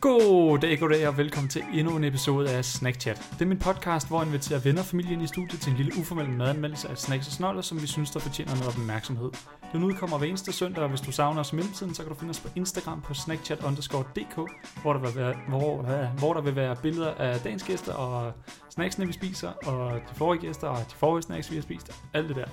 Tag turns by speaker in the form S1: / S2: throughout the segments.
S1: God dag, god dag og velkommen til endnu en episode af Snack Chat. Det er min podcast, hvor jeg inviterer venner og familien i studiet til en lille uformel madanmeldelse af snacks og snoller, som vi synes, der fortjener noget opmærksomhed. Den udkommer hver eneste søndag, og hvis du savner os i mellemtiden, så kan du finde os på Instagram på snackchat_dk, hvor der vil være, hvor, hvad, hvor der vil være billeder af dagens gæster og snacksene, vi spiser, og de forrige gæster og de forrige snacks, vi har spist, og alt det der.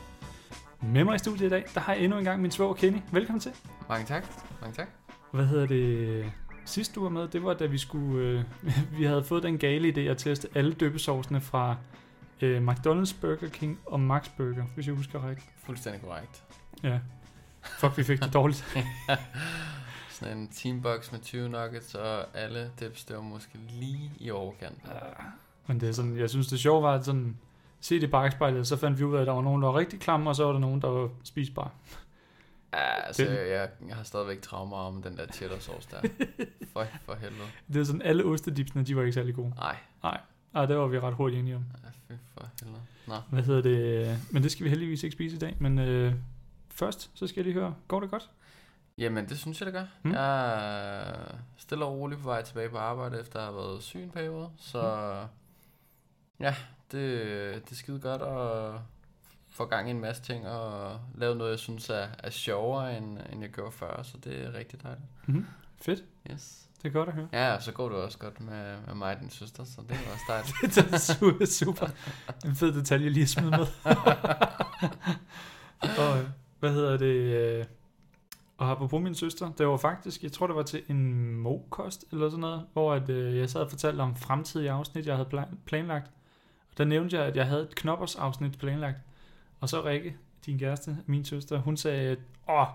S1: Med mig i studiet i dag, der har jeg endnu en gang min svoger Kenny. Velkommen til.
S2: Mange tak. Mange tak.
S1: Hvad hedder det? Sidst du var med, det var da vi skulle, øh, vi havde fået den gale idé at teste alle døbesovsene fra øh, McDonald's, Burger King og Max Burger, hvis jeg husker rigtigt.
S2: Fuldstændig korrekt.
S1: Ja. Fuck, vi fik det dårligt.
S2: Sådan en teambox med 20 nuggets, og alle dips, det var måske lige i overkanten.
S1: Men det er sådan, jeg synes det sjove var, at sådan, se det i bagspejlet, så fandt vi ud af, at der var nogen, der var rigtig klamme, og så var der nogen, der var spisbare.
S2: Ja, altså,
S1: Den-
S2: jeg, jeg har stadigvæk traumer om den der cheddar sauce der. For, for helvede.
S1: Det er sådan, alle ostedipsene, de var ikke særlig gode.
S2: Nej,
S1: Ah, det var vi ret hurtigt enige om.
S2: fy for helvede. Nå.
S1: Hvad hedder det? Men det skal vi heldigvis ikke spise i dag, men øh, først, så skal jeg lige høre, går det godt?
S2: Jamen, det synes jeg, det gør.
S1: Mm.
S2: Mm. Jeg er stille og roligt på vej tilbage på arbejde, efter at have været syg en periode. Så ja, det, det er skide godt at få gang i en masse ting og lave noget, jeg synes er, er sjovere, end, end jeg gjorde før. Så det er rigtig dejligt.
S1: Mm-hmm. Fedt,
S2: Yes.
S1: det er godt at høre.
S2: Ja, og så går det også godt med, med mig og din søster, så det er også dejligt.
S1: det er super, super. En fed detalje lige at smide med. og øh, hvad hedder det? øh, Og apropos min søster, det var faktisk, jeg tror det var til en mokost eller sådan noget, hvor at, øh, jeg sad og fortalte om fremtidige afsnit, jeg havde plan- planlagt. Og der nævnte jeg, at jeg havde et knoppers afsnit planlagt. Og så Rikke, din kæreste, min søster, hun sagde, at Åh,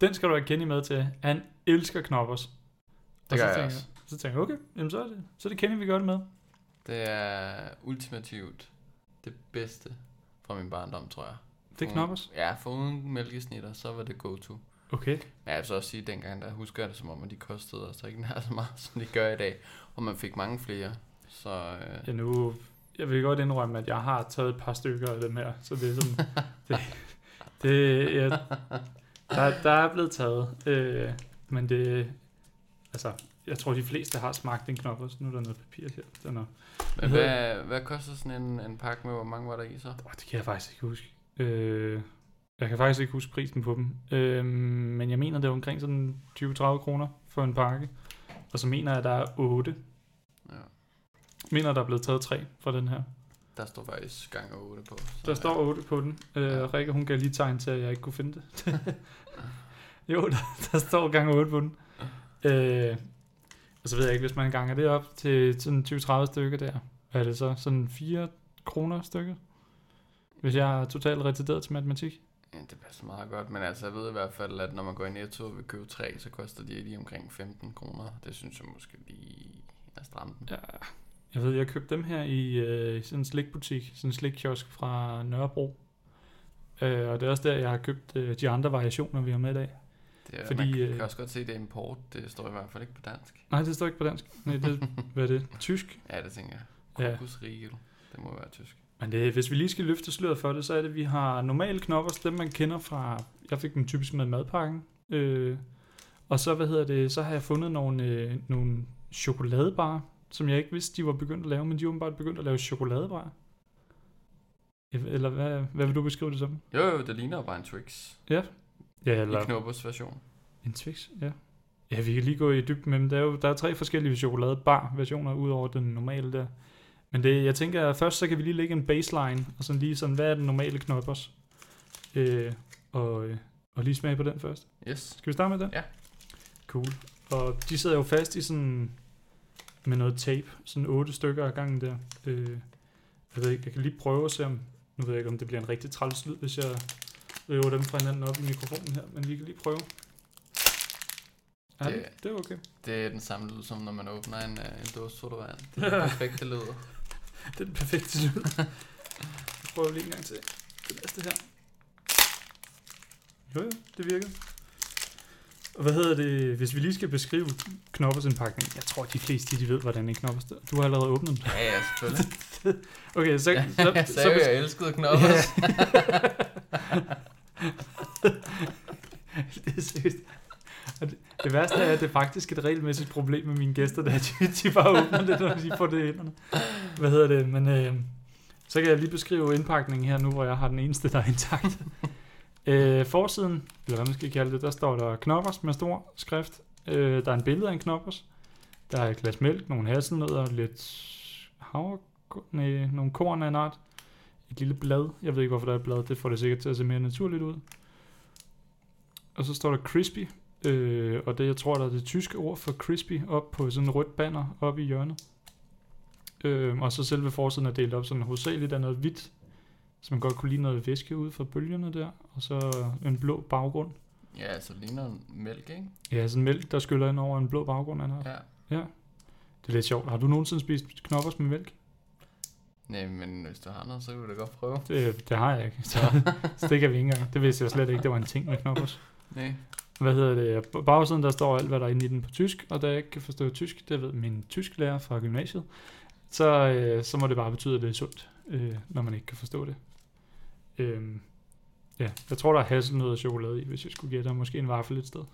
S1: den skal du have Kenny med til. Han elsker knoppers.
S2: Det
S1: og så
S2: gør jeg
S1: tænker,
S2: også.
S1: Så tænker jeg, okay, jamen så er det, så er det Kenny, vi gør det med.
S2: Det er ultimativt det bedste fra min barndom, tror jeg.
S1: Det er
S2: Mm.
S1: knoppers.
S2: Ja, for uden mælkesnitter, så var det go-to.
S1: Okay.
S2: Men jeg vil så også sige, at dengang der husker jeg det som om, at de kostede altså ikke nær så meget, som de gør i dag. Og man fik mange flere. Så øh,
S1: Ja, nu, jeg vil godt indrømme, at jeg har taget et par stykker af dem her, så det er sådan, det, det ja, der, der er blevet taget, øh, men det, altså, jeg tror de fleste har smagt en knop også, nu er der noget papir her, den er,
S2: men
S1: hedder
S2: hvad, hvad koster sådan en, en pakke med, hvor mange var der i så?
S1: åh, det kan jeg faktisk ikke huske, øh, jeg kan faktisk ikke huske prisen på dem, øh, men jeg mener, det er omkring sådan 20-30 kroner for en pakke, og så mener jeg, at der er 8,
S2: Ja.
S1: mener der er blevet taget 3 fra den her.
S2: Der står faktisk gang 8 på. Så,
S1: Der står 8 på den. Øh,
S2: Ja.
S1: Rikke, hun gav lige tegn til, at jeg ikke kunne finde det. jo, der, der står gang 8 på den. Øh, og så ved jeg ikke, hvis man ganger det op til sådan 20-30 stykker der, hvad er det så? Sådan 4 kroner stykket? Hvis jeg er totalt retarderet til matematik.
S2: Ja, det passer meget godt, men altså jeg ved i hvert fald, at når man går i Netto og vil købe 3, så koster de lige omkring 15 kroner. Det synes jeg måske lige er stramt.
S1: Ja. Jeg ved, jeg købte dem her i øh, sådan en slikbutik, sådan en slikkiosk fra Nørrebro. Øh, og det er også der, jeg har købt øh, de andre variationer, vi har med i dag.
S2: Det er,
S1: Fordi,
S2: Fordi, man kan
S1: øh,
S2: også godt se, at det er import. Det står i hvert fald ikke på dansk.
S1: Nej, det står ikke på dansk. Nej, det, hvad er det? Tysk?
S2: Ja, det tænker jeg.
S1: Ja.
S2: Kokosriegel. Det må være tysk.
S1: Men det, hvis vi lige skal løfte sløret for det, så er det, at vi har normale knopper, dem man kender fra, jeg fik dem typisk med i madpakken. Øh, og så, hvad hedder det, så har jeg fundet nogle, øh, nogle chokoladebarer, som jeg ikke vidste, de var begyndt at lave, men de er åbenbart begyndt at lave chokoladebarer. Ja, Eller hvad, hvad vil du beskrive det som?
S2: Jo, jo, det ligner jo bare en Twix.
S1: Ja,
S2: Eller... I
S1: eller
S2: Knoppers version.
S1: en Twix, ja. Ja, vi kan lige gå i dybden med dem. Der er jo der er tre forskellige chokoladebar-versioner, ud over den normale der. Men det, jeg tænker, at først så kan vi lige lægge en baseline, og sådan lige sådan, hvad er den normale knoppers? Øh, og, øh, og lige smage på den først.
S2: Yes.
S1: Skal vi starte med den?
S2: Ja.
S1: Cool. Og de sidder jo fast i sådan, med noget tape, sådan otte stykker af gangen der. Øh, jeg ved ikke, jeg kan lige prøve at se om, nu ved jeg ikke, om det bliver en rigtig træls lyd, hvis jeg river dem fra hinanden op i mikrofonen her, men vi kan lige prøve. Ja, det,
S2: Det-
S1: det er okay.
S2: Det er den samme lyd, som når man åbner en, øh, en dåse sodavand. Det er den perfekte lyd.
S1: Det er den perfekte lyd. Jeg prøver lige en gang til. Det næste her. Jo, jo, det virker. Og hvad hedder det, hvis vi lige skal beskrive knoppersindpakningen? Jeg tror, de fleste de ved, hvordan en knoppers er. Du har allerede åbnet den.
S2: Ja, ja, selvfølgelig.
S1: Okay, så,
S2: Ja,
S1: så,
S2: jeg
S1: så,
S2: sagde jo,
S1: så
S2: jeg elskede Knoppers.
S1: det er seriøst. Og det, det værste er, at det er faktisk et regelmæssigt problem med mine gæster, det er, at de, de bare åbner det, når de får det i hænderne. Hvad hedder det? Men øh, så kan jeg lige beskrive indpakningen her nu, hvor jeg har den eneste, der er intakt. øh, forsiden, eller hvad man skal kalde det, der står der knoppers med stor skrift. Øh, der er en billede af en knoppers. Der er et glas mælk, nogle hasselnødder, lidt havre, nej, nogle korn af en art. Et lille blad. Jeg ved ikke, hvorfor der er et blad. Det får det sikkert til at se mere naturligt ud. Og så står der crispy. Øh, og det, jeg tror, der er det tyske ord for crispy, op på sådan en rødt banner oppe i hjørnet. Øh, og så selve forsiden er delt op sådan hovedsageligt af noget hvidt, så man godt kunne lide noget væske ud fra bølgerne der, og så en blå baggrund.
S2: Ja, altså det ligner en mælk, ikke?
S1: Ja, sådan mælk, der skyller ind over en blå baggrund, han har.
S2: Ja.
S1: Ja. Det er lidt sjovt. Har du nogensinde spist knoppers med mælk?
S2: Nej, men hvis du har noget, så kan du da godt prøve.
S1: Det, det har jeg ikke. Så, så det kan vi ikke engang. Det vidste jeg slet ikke, det var en ting med knoppers.
S2: Nej.
S1: Hvad hedder det? På bagsiden, der står alt, hvad der er inde i den på tysk, og da jeg ikke kan forstå tysk, det ved min tysklærer fra gymnasiet, så, øh, så må det bare betyde, at det er sundt, øh, når man ikke kan forstå det. Øhm, ja, jeg tror, der er hasselnød og chokolade i, hvis jeg skulle gætte, og måske en vaffel et sted.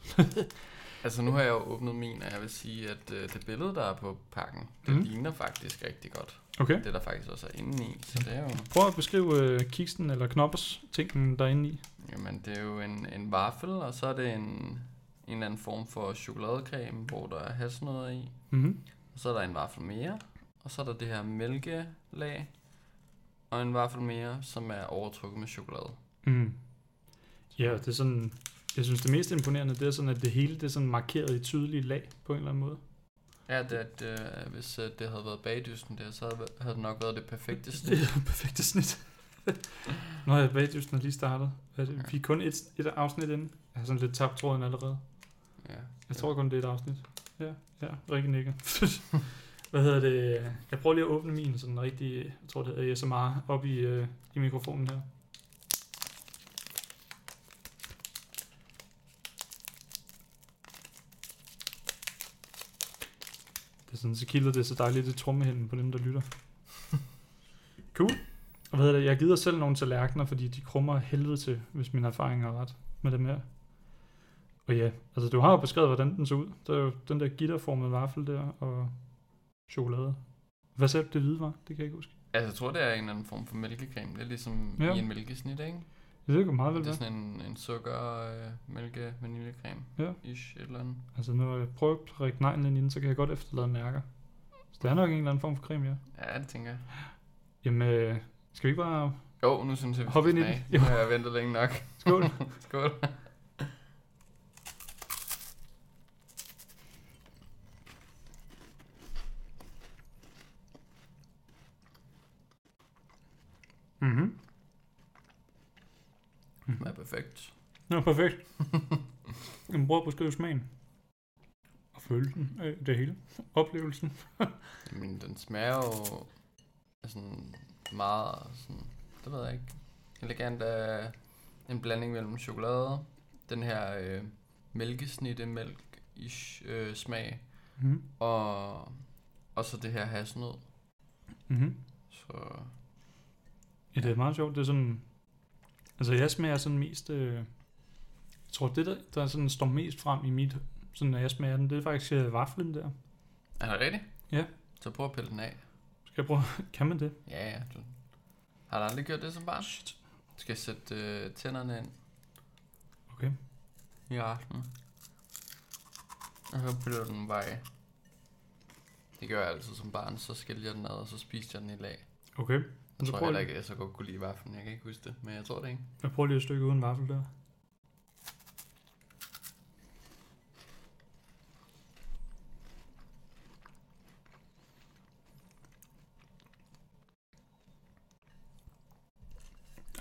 S2: Altså nu har jeg jo åbnet min, og jeg vil sige, at øh, det billede, der er på pakken, det
S1: Mhm.
S2: mm. ligner faktisk rigtig godt.
S1: Okay.
S2: Det, der faktisk også er inde i. Så det er jo,
S1: Prøv at beskrive øh, kiksen eller knoppers tingen derinde i.
S2: jamen, det er jo en, en vaffel, og så er det en, en eller anden form for chokoladecreme, hvor der er hasselnødder i.
S1: Mm-hmm.
S2: Og så er der en vaffel mere. Og så er der det her mælkelag. Og en vaffel mere, som er overtrukket med chokolade.
S1: Mm. Ja, det er sådan, jeg synes det mest imponerende, det er sådan, at det hele det er sådan markeret i tydelige lag på en eller anden måde.
S2: Ja, det, er, at, øh, hvis øh, det havde været bagdysten der, så havde, havde det nok været det perfekte
S1: Det
S2: snit.
S1: er perfekte snit. Nå, jeg ved, just, når lige startet. Hvad er
S2: Ja.
S1: det? Vi er kun et, et afsnit inde. Jeg har sådan lidt tabt tråden allerede.
S2: Ja.
S1: Jeg tror kun, det er et afsnit. Ja, ja, rigtig nikker. Hvad hedder det? Jeg prøver lige at åbne min sådan rigtig, jeg tror det hedder ASMR, op i, øh, i mikrofonen her. Det er sådan, så kilder det så dejligt i trommehænden på dem, der lytter. cool. Og hvad hedder det? Jeg gider selv nogle tallerkener, fordi de krummer af helvede til, hvis min erfaring er ret med dem her. Og ja, altså du har jo beskrevet, hvordan den så ud. Der er jo den der gitterformede vaffel der, og chokolade. Hvad sagde du, det hvide var? Det kan jeg ikke huske.
S2: Altså, jeg tror, det er en eller anden form for mælkecreme. Det er ligesom
S1: Ja.
S2: ja. i en mælkesnit, ikke?
S1: Ja, Det kan meget vel
S2: Det er
S1: være.
S2: sådan en, en sukker, øh, mælke, vaniljekreme.
S1: Ja.
S2: Ish, et eller andet.
S1: Altså nu har jeg prøvet at række neglen ind inden, så kan jeg godt efterlade mærker. Så det er nok en eller anden form for creme, ja.
S2: Ja, det tænker jeg.
S1: Jamen, øh, skal vi ikke bare...
S2: Jo, nu synes jeg, vi
S1: Hop ind i
S2: smage.
S1: den.
S2: Nu har jeg ventet længe nok.
S1: Skål.
S2: Skål.
S1: mm-hmm.
S2: Det er perfekt.
S1: Det var perfekt. Jamen, prøv at beskrive smagen. Og følelsen af det hele. Oplevelsen.
S2: Jamen, den smager jo af sådan meget, sådan, det ved jeg ikke, elegant af en blanding mellem chokolade, den her øh, mælkesnitte mælk ish øh, smag,
S1: Mm-hmm.
S2: og, og så det her hasnød.
S1: Mm-hmm.
S2: Så
S1: Ja, det er meget sjovt. Det er sådan... Altså, jeg smager sådan mest... Øh, jeg tror, det der, der sådan står mest frem i mit... Sådan, når jeg smager den, det er faktisk øh, vaflen der.
S2: er det rigtigt?
S1: Ja.
S2: Så prøv at pille den af.
S1: Skal jeg prøve... Kan man det?
S2: Ja, ja. Du... Har du aldrig gjort det som barn? Shit. Skal jeg sætte øh, tænderne ind
S1: Okay.
S2: i aften? Og så piller du den bare af. Det gør jeg altid som barn. Så skiller jeg den ad, og så spiser jeg den i lag.
S1: Okay.
S2: Jeg
S1: Så
S2: tror
S1: prøv lige-
S2: heller ikke, at jeg så godt kunne lide vaflen. Jeg kan ikke huske det, men jeg tror det ikke.
S1: Jeg prøver lige et stykke uden vaffel der.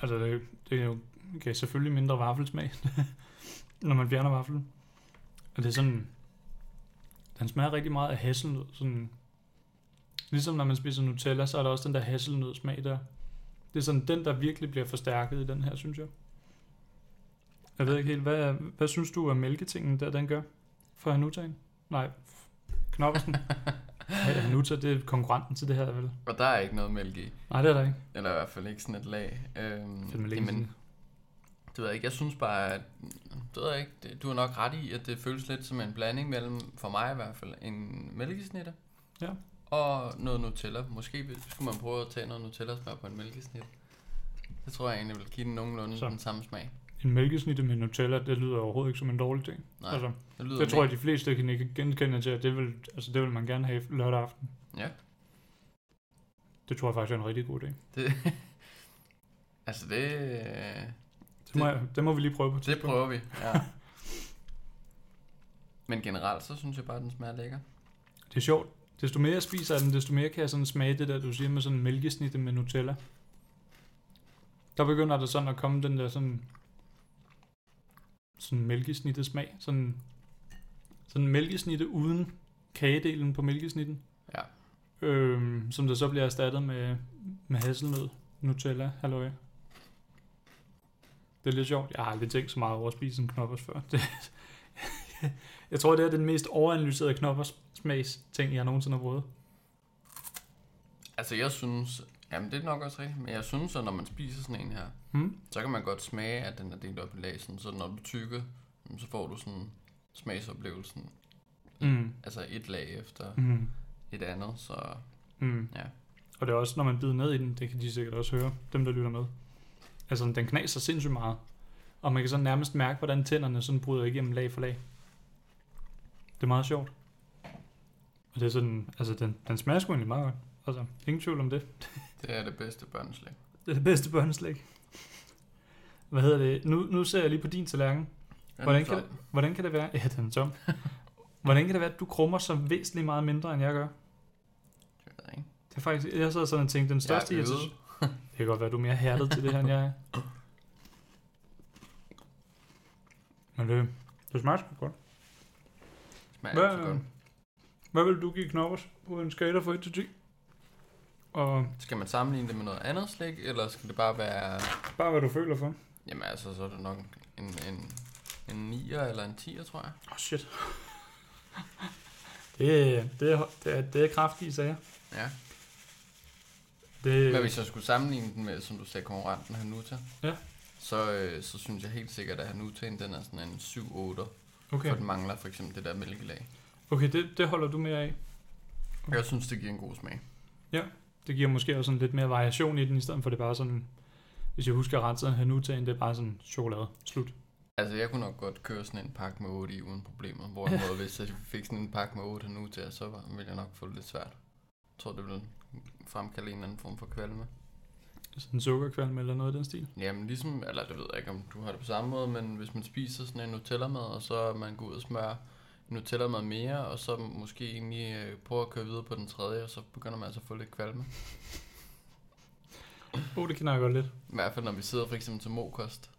S1: Altså, det, det er jo okay, selvfølgelig mindre vaffelsmag, når man fjerner vaflen. Og det er sådan... Den smager rigtig meget af hasselnød. Sådan, ligesom når man spiser Nutella, så er der også den der hasselnødsmag der. Det er sådan den, der virkelig bliver forstærket i den her, synes jeg. Jeg ved ikke helt, hvad, hvad synes du, at mælketingen der, den gør? For Hanutaen? Nej, Knoppersen. Ja, Hanuta, det er konkurrenten til det her, vel?
S2: Og der er ikke noget mælk i.
S1: Nej, det er der ikke.
S2: Eller i hvert fald ikke sådan et lag. Øhm,
S1: Fedt, man lægger sådan-
S2: Det ved jeg ikke. Jeg synes bare, at, det ved jeg ikke, det, du har nok ret i, at det føles lidt som en blanding mellem, for mig i hvert fald, en mælkesnitte
S1: Ja.
S2: og noget Nutella. Måske vil- skulle man prøve at tage noget Nutella-smør på en mælkesnit. Det tror jeg egentlig vil give den nogenlunde
S1: Så.
S2: den samme smag.
S1: En mælkesnitte med Nutella, det lyder overhovedet ikke som en dårlig ting.
S2: Nej,
S1: altså,
S2: det lyder
S1: det tror jeg,
S2: mega-
S1: de fleste kan ikke genkende til, at det vil, altså, det vil man gerne have lørdag aften.
S2: Ja.
S1: Det tror jeg faktisk er en rigtig god idé.
S2: Det, altså det,
S1: Det må, jeg, det må vi lige prøve på. et
S2: det
S1: tidspunkt.
S2: prøver vi, ja. Men generelt, så synes jeg bare, at den smager lækker.
S1: Det er sjovt. Desto mere jeg spiser af den, desto mere kan jeg sådan smage det der, du siger med sådan en mælkesnitte med Nutella. Der begynder der sådan at komme den der sådan, sådan mælkesnitte smag. Sådan, sådan en mælkesnitte uden kagedelen på mælkesnitten.
S2: Ja.
S1: Øhm, som der så bliver erstattet med, med hasselnød, Nutella, halløj. Det er lidt sjovt. Jeg har aldrig tænkt så meget over at spise en knoppers før. Det, jeg tror, det er den mest overanalyserede knoppers smags ting, jeg nogensinde har prøvet.
S2: Altså jeg synes, jamen det er nok også rigtigt, men jeg synes, at når man spiser sådan en her,
S1: Hmm?
S2: så kan man godt smage, at den er delt op i lag, sådan, så når du tykker, jamen, så får du sådan smagsoplevelsen,
S1: Mm.
S2: altså et lag efter
S1: Mm.
S2: et andet, så
S1: Mm.
S2: Ja.
S1: Og det er også, når man bider ned i den, det kan de sikkert også høre, dem der lytter med. Altså, den knaser sindssygt meget. Og man kan sådan nærmest mærke, hvordan tænderne sådan bryder igennem lag for lag. Det er meget sjovt. Og det er sådan, altså den, den smager sgu egentlig meget godt. Altså, ingen tvivl om det.
S2: det er det bedste børneslæg.
S1: Det er det bedste børneslæg. Hvad hedder det? Nu, nu ser jeg lige på din tallerken. Hvordan kan, det, hvordan kan det være? Ja, den er tom. hvordan kan det være, at du krummer så væsentligt meget mindre, end jeg gør?
S2: Jeg ved ikke.
S1: Det er faktisk, jeg sad sådan og tænkte, den
S2: Jeg er
S1: største
S2: øvet.
S1: irritation, Det kan godt være, du er mere hærdet til det her, end jeg er. Men det, det smager sgu godt.
S2: Smager ikke så
S1: Hvad,
S2: godt.
S1: hvad vil du give Knoppers på en skala fra 1 til 10? Og
S2: Skal man sammenligne det med noget andet slik, eller skal det bare være...
S1: bare hvad du føler for.
S2: Jamen altså, så er det nok en, en, en 9'er eller en 10'er, tror jeg.
S1: Åh, oh, shit. Det, er- det, er, det, er, det er kraftige sager.
S2: Ja.
S1: Det,
S2: Men hvis jeg skulle sammenligne den med, som du sagde, konkurrenten Hanuta,
S1: Ja.
S2: så, øh, så synes jeg helt sikkert, at Hanutaen, den er sådan en 7-8'er. Okay.
S1: okay,
S2: For den mangler for eksempel det der mælkelag.
S1: okay det, det holder du mere af.
S2: Jeg synes, det giver en god smag.
S1: Det giver måske også sådan lidt mere variation i den, i stedet for det bare sådan, hvis jeg husker ret, så er Hanutaen, det er bare sådan chokolade. Slut.
S2: Altså, jeg kunne nok godt køre sådan en pakke med 8 i uden problemer. Hvorimod, hvis jeg fik sådan en pakke med 8 Hanuta, så var- ville jeg nok få det lidt svært. Jeg tror, det ville fremkalde en eller anden form for kvalme.
S1: Sådan en sukkerkvalm eller noget i den stil.
S2: Jamen ligesom, eller det ved jeg ikke, om du har det på samme måde, men hvis man spiser sådan en Nutella-mad, og så man går ud og smører en Nutella-mad mere, og så måske egentlig øh, prøver at køre videre på den tredje, og så begynder man altså at få lidt kvalme.
S1: Åh, oh, det kender jeg godt lidt.
S2: I hvert fald når vi sidder for eksempel til mokost,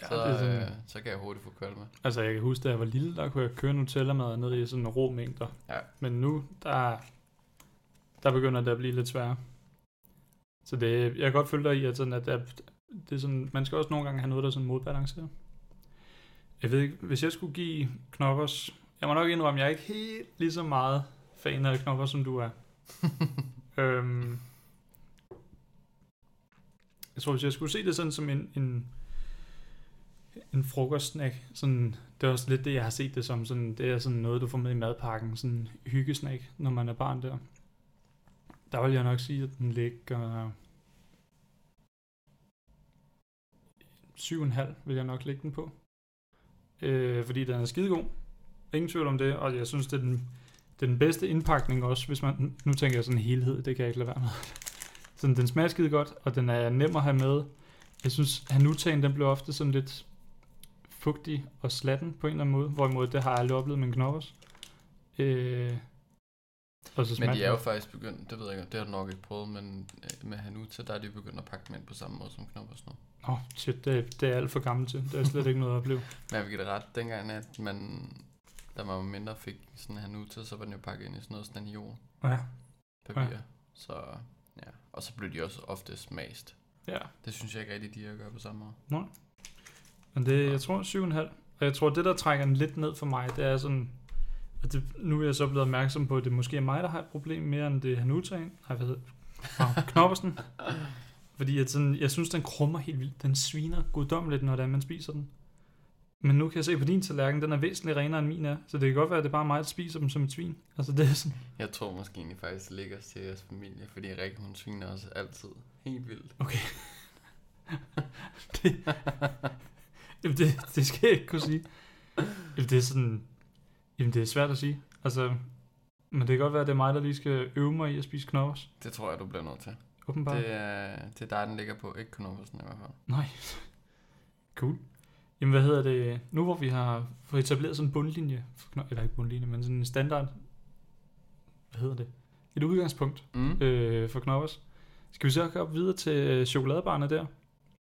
S2: ja,
S1: det
S2: så,
S1: er sådan-
S2: øh, så kan jeg hurtigt få kvalme.
S1: Altså, jeg kan huske, da jeg var lille, der kunne jeg køre Nutella-mad ned i sådan rå mængder.
S2: Ja.
S1: Men nu, der, der begynder det at blive lidt sværere. Så det, jeg kan godt følge dig i, at, sådan, at der, det er sådan, man skal også nogle gange have noget, der sådan modbalancerer. Jeg ved ikke, hvis jeg skulle give knoppers... Jeg må nok indrømme, jeg er ikke helt lige så meget fan af knoppers, som du er. øhm, jeg tror, hvis jeg skulle se det sådan som en, en, en frokostsnack, sådan, det er også lidt det, jeg har set det som. Sådan, det er sådan noget, du får med i madpakken, sådan en hyggesnack, når man er barn der. Der vil jeg nok sige, at den ligger... 7,5 vil jeg nok lægge den på. Øh, fordi den er skidegod. Ingen tvivl om det, og jeg synes, det er den, det er den bedste indpakning også, hvis man... Nu tænker jeg sådan en helhed, det kan jeg ikke lade være med. Sådan, den smager skide godt, og den er nem at have med. Jeg synes, hanutaen, den blev ofte sådan lidt fugtig og slatten på en eller anden måde, hvorimod det har jeg aldrig oplevet med en knoppers. Øh, og så
S2: Men de
S1: smager
S2: er jo
S1: den-
S2: faktisk begyndt, det ved jeg ikke, det har du nok ikke prøvet, men øh, med Hanuta, der er de begyndt at pakke dem ind på samme måde som knopper og sådan noget.
S1: Åh, oh, shit, det, er- det er jeg alt for gammel til. Det er slet ikke noget at opleve.
S2: Men jeg vil give det ret, dengang at man, da man var mindre fik sådan en Hanuta, så var den jo pakket ind i sådan noget staniol.
S1: Ja.
S2: papir. Ja. Så ja, og så blev de også ofte smagst.
S1: Ja.
S2: Det synes jeg ikke rigtig, de har gør på samme måde.
S1: Men det jeg tror, 7,5. Og jeg tror, det der trækker den lidt ned for mig, det er sådan... Og det, nu er jeg så blevet opmærksom på, at det måske er mig, der har et problem mere, end det er Hanuta. Nej, hvad hedder Wow, Knoppersen. Fordi at sådan, jeg synes, den krummer helt vildt. Den sviner guddommeligt, når det er, man spiser den. Men nu kan jeg se på din tallerken, den er væsentligt renere end min er. Så det kan godt være, at det er bare mig, der spiser dem som et svin. Altså det er sådan,
S2: Jeg tror måske egentlig faktisk, det ligger os til jeres familie, fordi Rikke, hun sviner os altid helt vildt.
S1: jamen det, det skal jeg ikke kunne sige. Jamen det er sådan, jamen det er svært at sige. Altså, men det kan godt være, at det er mig, der lige skal øve mig i at spise knoppers.
S2: Det tror jeg, du bliver nødt til.
S1: Åbenbart.
S2: Det er, det er dig, den ligger på, ikke Knoppersen i hvert fald.
S1: Nej. Cool. Jamen, hvad hedder det? Nu hvor vi har fået etableret sådan en bundlinje, nå, eller ikke bundlinje, men sådan en standard, hvad hedder det? Et udgangspunkt
S2: Mm,
S1: øh, for knoppers. Skal vi så gå op videre til øh, chokoladebarerne der?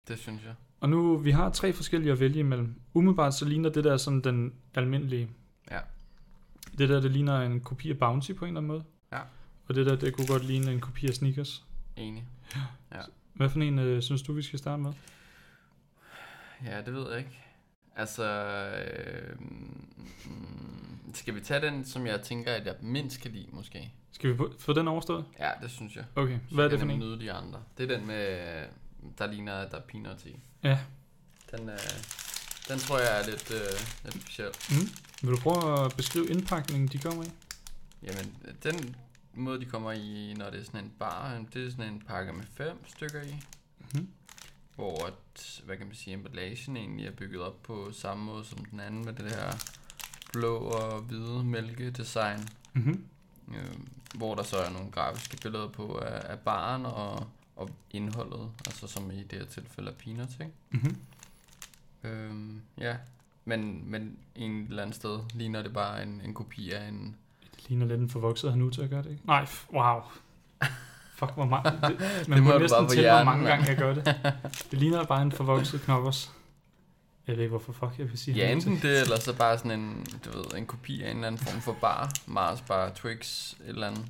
S2: det synes jeg.
S1: Og nu, vi har tre forskellige at vælge imellem. Umiddelbart så ligner det der sådan den almindelige.
S2: Ja.
S1: Det der, det ligner en kopi af Bounty på en eller anden måde.
S2: Ja.
S1: Og det der, det kunne godt ligne en kopi af Snickers.
S2: Enig.
S1: Hvad for en øh, synes du, vi skal starte med?
S2: Ja, det ved jeg ikke. Altså, øh, mm, skal vi tage den, som jeg tænker, at jeg mindst kan lide, måske?
S1: Skal vi få- få den overstået?
S2: Ja, det synes jeg.
S1: Okay, hvad er det for
S2: den
S1: en?
S2: nyde de andre. Det er den med, der ligner, at der er peanuts i.
S1: Ja.
S2: Den, øh, den tror jeg er lidt, øh, lidt speciel.
S1: Mm. Vil du prøve at beskrive indpakningen, de kommer i?
S2: Jamen, den måde, de kommer i, når det er sådan en bar, det er sådan en pakke med fem stykker i, Mhm.
S1: Mm-hmm.
S2: hvor, at, hvad kan man sige, emballagen egentlig er bygget op på samme måde som den anden med det her blå og hvide mælkedesign,
S1: Mm-hmm.
S2: øh, hvor der så er nogle grafiske billeder på af, af baren og, og indholdet, altså som i det her tilfælde er peanuts, ikke?
S1: Mm-hmm.
S2: Øhm, ja, men, men en eller anden sted ligner det bare en, en kopi af en...
S1: Det ligner lidt en forvokset han til at gøre det, ikke? Nej, f- wow. Fuck, hvor meget. Det, man
S2: Det
S1: må
S2: må du
S1: næsten
S2: bare på
S1: tælle, hvor
S2: hjernen,
S1: mange gange
S2: mand.
S1: jeg gør det. Det ligner bare en forvokset knoppers. Jeg ved ikke, hvorfor fuck jeg vil sige
S2: Ja,
S1: han
S2: enten det, eller så bare sådan en, du ved, en kopi af en eller anden form for bar. Mars bar, Twix, et eller andet.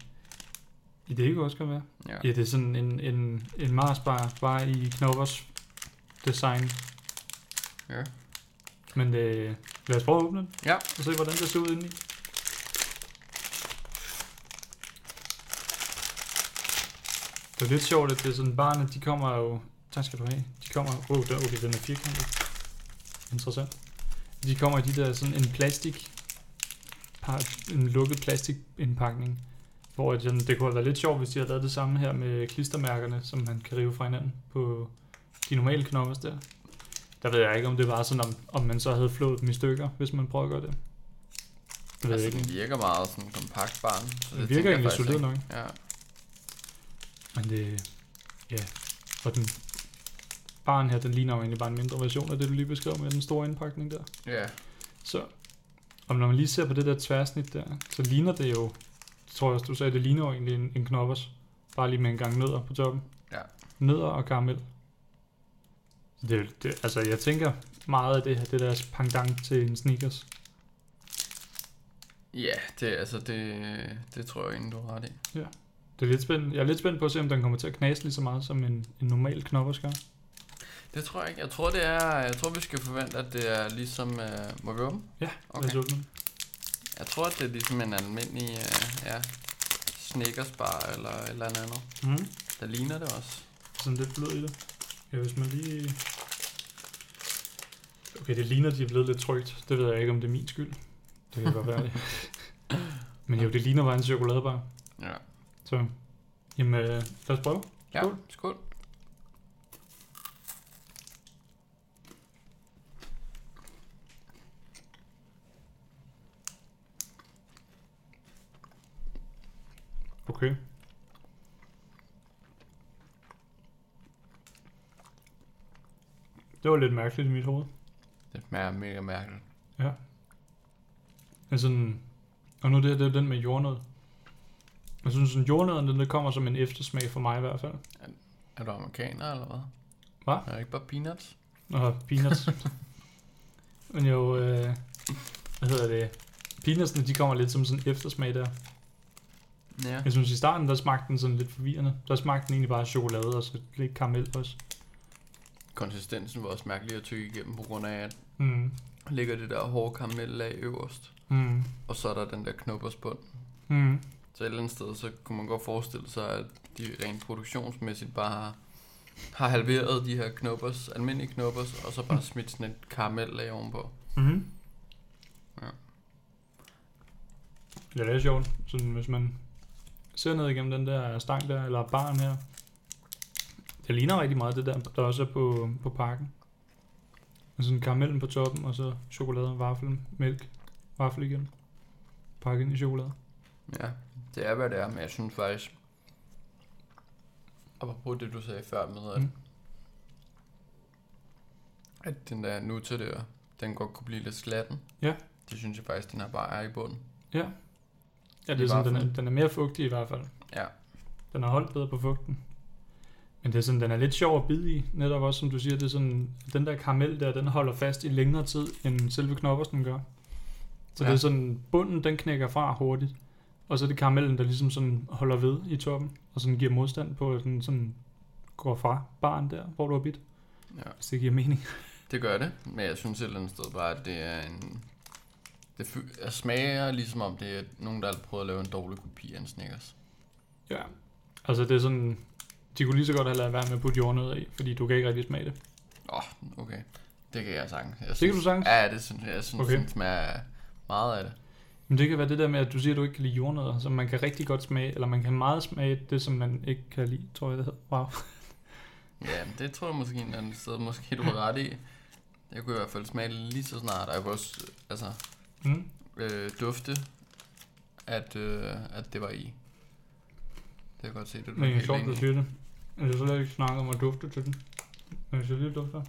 S1: Det kan også godt være.
S2: Ja.
S1: Ja, det er sådan en, en, en Mars bar, bare i knoppers design.
S2: ja.
S1: Men øh, lad os prøve at åbne den.
S2: Ja.
S1: Og se, hvordan det ser ud indeni. Det er lidt sjovt, at det er sådan, barnet, de kommer jo... Tak skal du have. De kommer... Åh, oh, der, okay, den er firkantet. Interessant. De kommer i de der sådan en plastik... Par, en lukket plastikindpakning. Hvor at, sådan, det kunne have været lidt sjovt, hvis de havde lavet det samme her med klistermærkerne, som man kan rive fra hinanden på de normale knoppers der. Der ved jeg ikke, om det var sådan, om, om man så havde flået dem i stykker, hvis man prøver at gøre det. Det ved
S2: Altså,
S1: jeg ikke.
S2: den virker meget sådan kompakt barn. Så
S1: Det
S2: tænker
S1: virker
S2: jeg
S1: egentlig
S2: faktisk
S1: solidt
S2: ikke.
S1: nok.
S2: Ja.
S1: Men det... Ja. Og den... Baren her, den ligner jo egentlig bare en mindre version af det, du lige beskrev med den store indpakning der.
S2: Ja.
S1: Så... Og når man lige ser på det der tværsnit der, så ligner det jo... Det tror jeg også, du sagde, det ligner jo egentlig en, en knoppers. Bare lige med en gang nødder på toppen.
S2: Ja.
S1: Nødder og karamel. Så det, er jo- det, altså, jeg tænker meget af det her, det er deres pendant til en sneakers.
S2: Ja, det, altså, det, det tror jeg egentlig, du har ret i.
S1: Det er lidt spændende. Jeg er lidt spændt på at se, om den kommer til at knase lige så meget, som en, en normal knoppers gør.
S2: Det tror jeg ikke. Jeg tror, det er, jeg tror vi skal forvente, at det er ligesom... Øh, må vi åbne?
S1: Ja,
S2: okay.
S1: Lad os åbne.
S2: Jeg tror, det er ligesom en almindelig øh, ja, snickersbar eller et eller andet.
S1: Mm.
S2: Der ligner det også.
S1: sådan lidt blød i det. Ja, hvis man lige... Okay, det ligner, de er blevet lidt trygt. Det ved jeg ikke, om det er min skyld. Det kan godt være det. Men jo, det ligner bare en chokoladebar.
S2: Ja.
S1: Så, jamen, øh, lad os prøve.
S2: Ja,
S1: Skål.
S2: skål.
S1: Okay. Det var lidt mærkeligt i mit hoved.
S2: Det smager mega mærkeligt.
S1: Men sådan, og nu det her, det er den med jordnød. Jeg synes, sådan, jordnøden, den der kommer som en eftersmag for mig i hvert fald.
S2: Er du amerikaner eller hvad?
S1: Hva?
S2: Er det ikke bare peanuts?
S1: Og peanuts. Men jo, øh, hvad hedder det? Peanutsene, de kommer lidt som sådan en eftersmag der.
S2: Ja.
S1: Jeg synes, i starten, der smagte den sådan lidt forvirrende. Der smagte den egentlig bare af chokolade og så lidt karamel også.
S2: Konsistensen var også mærkelig at tykke igennem, på grund af, at
S1: Mm.
S2: ligger det der hårde karamellag øverst.
S1: Mm.
S2: Og så er der den der knoppers bund.
S1: Mm.
S2: Så et eller andet sted, så kunne man godt forestille sig, at de rent produktionsmæssigt bare har har halveret de her knoppers, almindelige knoppers, og så bare smidt sådan et karamellag ovenpå.
S1: Mm-hmm.
S2: Ja.
S1: Ja, det er sjovt. Sådan, hvis man ser ned igennem den der stang der, eller baren her. Det ligner rigtig meget det der, der også er på, på pakken. Og sådan karamellen på toppen, og så chokolade, vaffel, mælk, vaffel igen. Pakket ind i chokolade.
S2: Ja, det er hvad det er, men jeg synes faktisk, apropos det du sagde før med, at,
S1: Mm.
S2: mm. at den der Nutella der, den godt kunne blive lidt slatten.
S1: Ja.
S2: Det synes jeg faktisk, den her bare er i bunden.
S1: Ja. Ja, det
S2: I
S1: er sådan, den er,
S2: vaffel.
S1: den er mere fugtig i hvert fald.
S2: Ja.
S1: Den har holdt bedre på fugten. Men det er sådan, den er lidt sjov at bide i, netop også som du siger, det er sådan, den der karamel der, den holder fast i længere tid, end selve knoppersen gør. Så ja.
S2: Ja.
S1: det er sådan, bunden den knækker fra hurtigt, og så er det karamellen, der ligesom sådan holder ved i toppen, og sådan giver modstand på, at den sådan går fra baren der, hvor du har bidt,
S2: ja.
S1: hvis det giver mening.
S2: Det gør det, men jeg synes et eller andet sted bare, at det er en... Det fy- jeg smager ligesom om det er nogen, der har prøvet at lave en dårlig kopi af en Snickers.
S1: Ja. Altså det er sådan, de kunne lige så godt have lavet være med at putte jordnødder i, fordi du kan ikke rigtig smage det.
S2: Åh, oh, okay. Det kan jeg sagtens. Jeg synes,
S1: kan du sagtens?
S2: Ja, det synes jeg. Jeg synes,
S1: Okay.
S2: okay. den smager meget af det.
S1: Men det kan være det der med, at du siger, at du ikke kan lide jordnødder, så man kan rigtig godt smage, eller man kan meget smage det, som man ikke kan lide, tror jeg det hedder. Wow.
S2: Ja, men det tror jeg måske en anden sted, måske du har ret i. Jeg kunne i hvert fald smage det lige så snart, og jeg kunne også altså,
S1: Mm.
S2: øh, dufte, at, øh, at det var i. Det kan jeg godt se, det er du
S1: Men det er
S2: helt
S1: sjovt,
S2: enig
S1: du
S2: i.
S1: siger det. Altså, Jeg har slet ikke snakket om at dufte til den. Men hvis jeg lige dufter.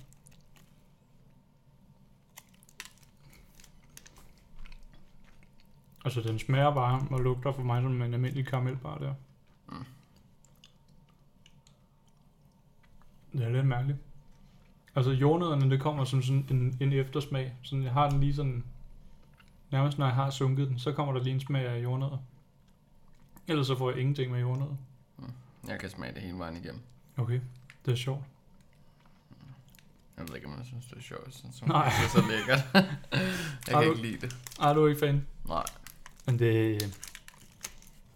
S1: Altså, den smager bare og lugter for mig som en almindelig karamelbar der.
S2: Mm.
S1: Det er lidt mærkeligt. Altså, jordnødderne, det kommer som sådan en, en eftersmag. Sådan, jeg har den lige sådan... Nærmest når jeg har sunket den, så kommer der lige en smag af jordnødder. Ellers så får jeg ingenting med jordnødder.
S2: Jeg kan smage det hele vejen igennem.
S1: Okay, det er sjovt.
S2: Jeg ved ikke, om jeg synes, det er sjovt. Jeg synes,
S1: Nej.
S2: det er så lækkert. jeg
S1: Har
S2: kan
S1: du-
S2: ikke lide det.
S1: Ej, Ah, du er ikke fan.
S2: Nej.
S1: Men det...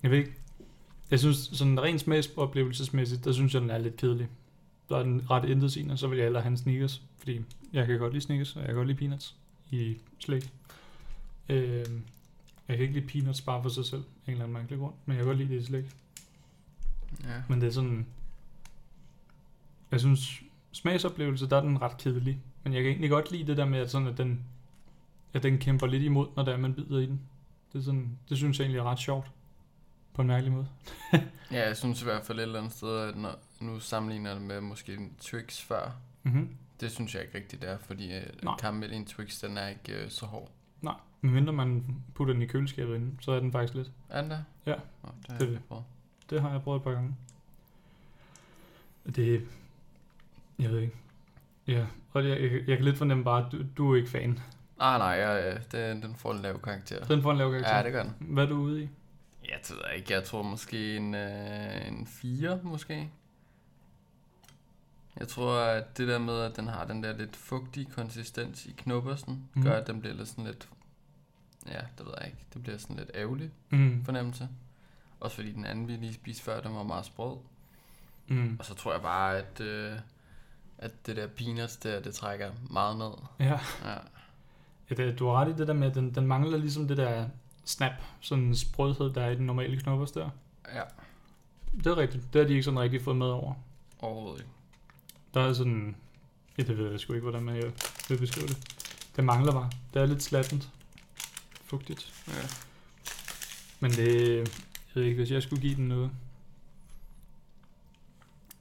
S1: Jeg ved ikke. Jeg synes, sådan rent smagsoplevelsesmæssigt, der synes jeg, den er lidt kedelig. Der er den ret intetsigende, så vil jeg hellere have en sneakers. Fordi jeg kan godt lide sneakers, og jeg kan godt lide peanuts i slik. Øh, jeg kan ikke lide peanuts bare for sig selv, af en eller anden mærkelig grund. Men jeg kan godt lide det i slik.
S2: Ja.
S1: Men det er sådan... Jeg synes, smagsoplevelse, der er den ret kedelig. Men jeg kan egentlig godt lide det der med, at, sådan, at, den, at den kæmper lidt imod, når der man bider i den. Det, er sådan, det synes jeg egentlig er ret sjovt. På en mærkelig måde.
S2: ja, jeg synes i hvert fald et eller andet sted, at når, nu sammenligner jeg det med måske en Twix før.
S1: Mm-hmm.
S2: Det synes jeg ikke rigtigt det er, fordi øh,
S1: Nej.
S2: karamel i en Twix, den er ikke øh, så hård.
S1: Nej, medmindre man putter den i køleskabet inden, så er den faktisk lidt.
S2: Er den der?
S1: Ja,
S2: Nå, det har
S1: det er
S2: jeg ikke prøvet.
S1: Det har jeg prøvet et par gange. Det... Jeg ved ikke. Ja, og jeg, jeg, jeg kan lidt fornemme bare, at du, du er ikke fan.
S2: Ah, nej, jeg, øh, den, den får en lav karakter.
S1: Den får en lav karakter.
S2: Ja, det gør den.
S1: Hvad er du ude i?
S2: Jeg det ved jeg ikke. Jeg tror måske en, øh, en 4, måske. Jeg tror, at det der med, at den har den der lidt fugtige konsistens i knoppersen,
S1: Mhm.
S2: mm. gør, at den bliver lidt sådan lidt... Ja, det ved jeg ikke. Det bliver sådan lidt ærgerlig
S1: Mm.
S2: fornemmelse. Også fordi den anden, vi lige spiste før, den var meget sprød.
S1: Mm.
S2: Og så tror jeg bare, at, øh, at det der peanuts der, det trækker meget ned.
S1: Ja.
S2: Ja.
S1: Ja, det, du har ret i det der med, at den, den mangler ligesom det der snap, sådan en sprødhed, der er i den normale knoppers der.
S2: ja,
S1: Det er rigtigt. Det har de ikke sådan rigtig fået med over.
S2: overhovedet ikke.
S1: Der er sådan... Ja, det ved jeg sgu ikke, hvordan man jeg vil beskrive det. Det mangler bare. Det er lidt slattent. Fugtigt.
S2: Ja.
S1: Men det... Jeg ved ikke, hvis jeg skulle give den noget.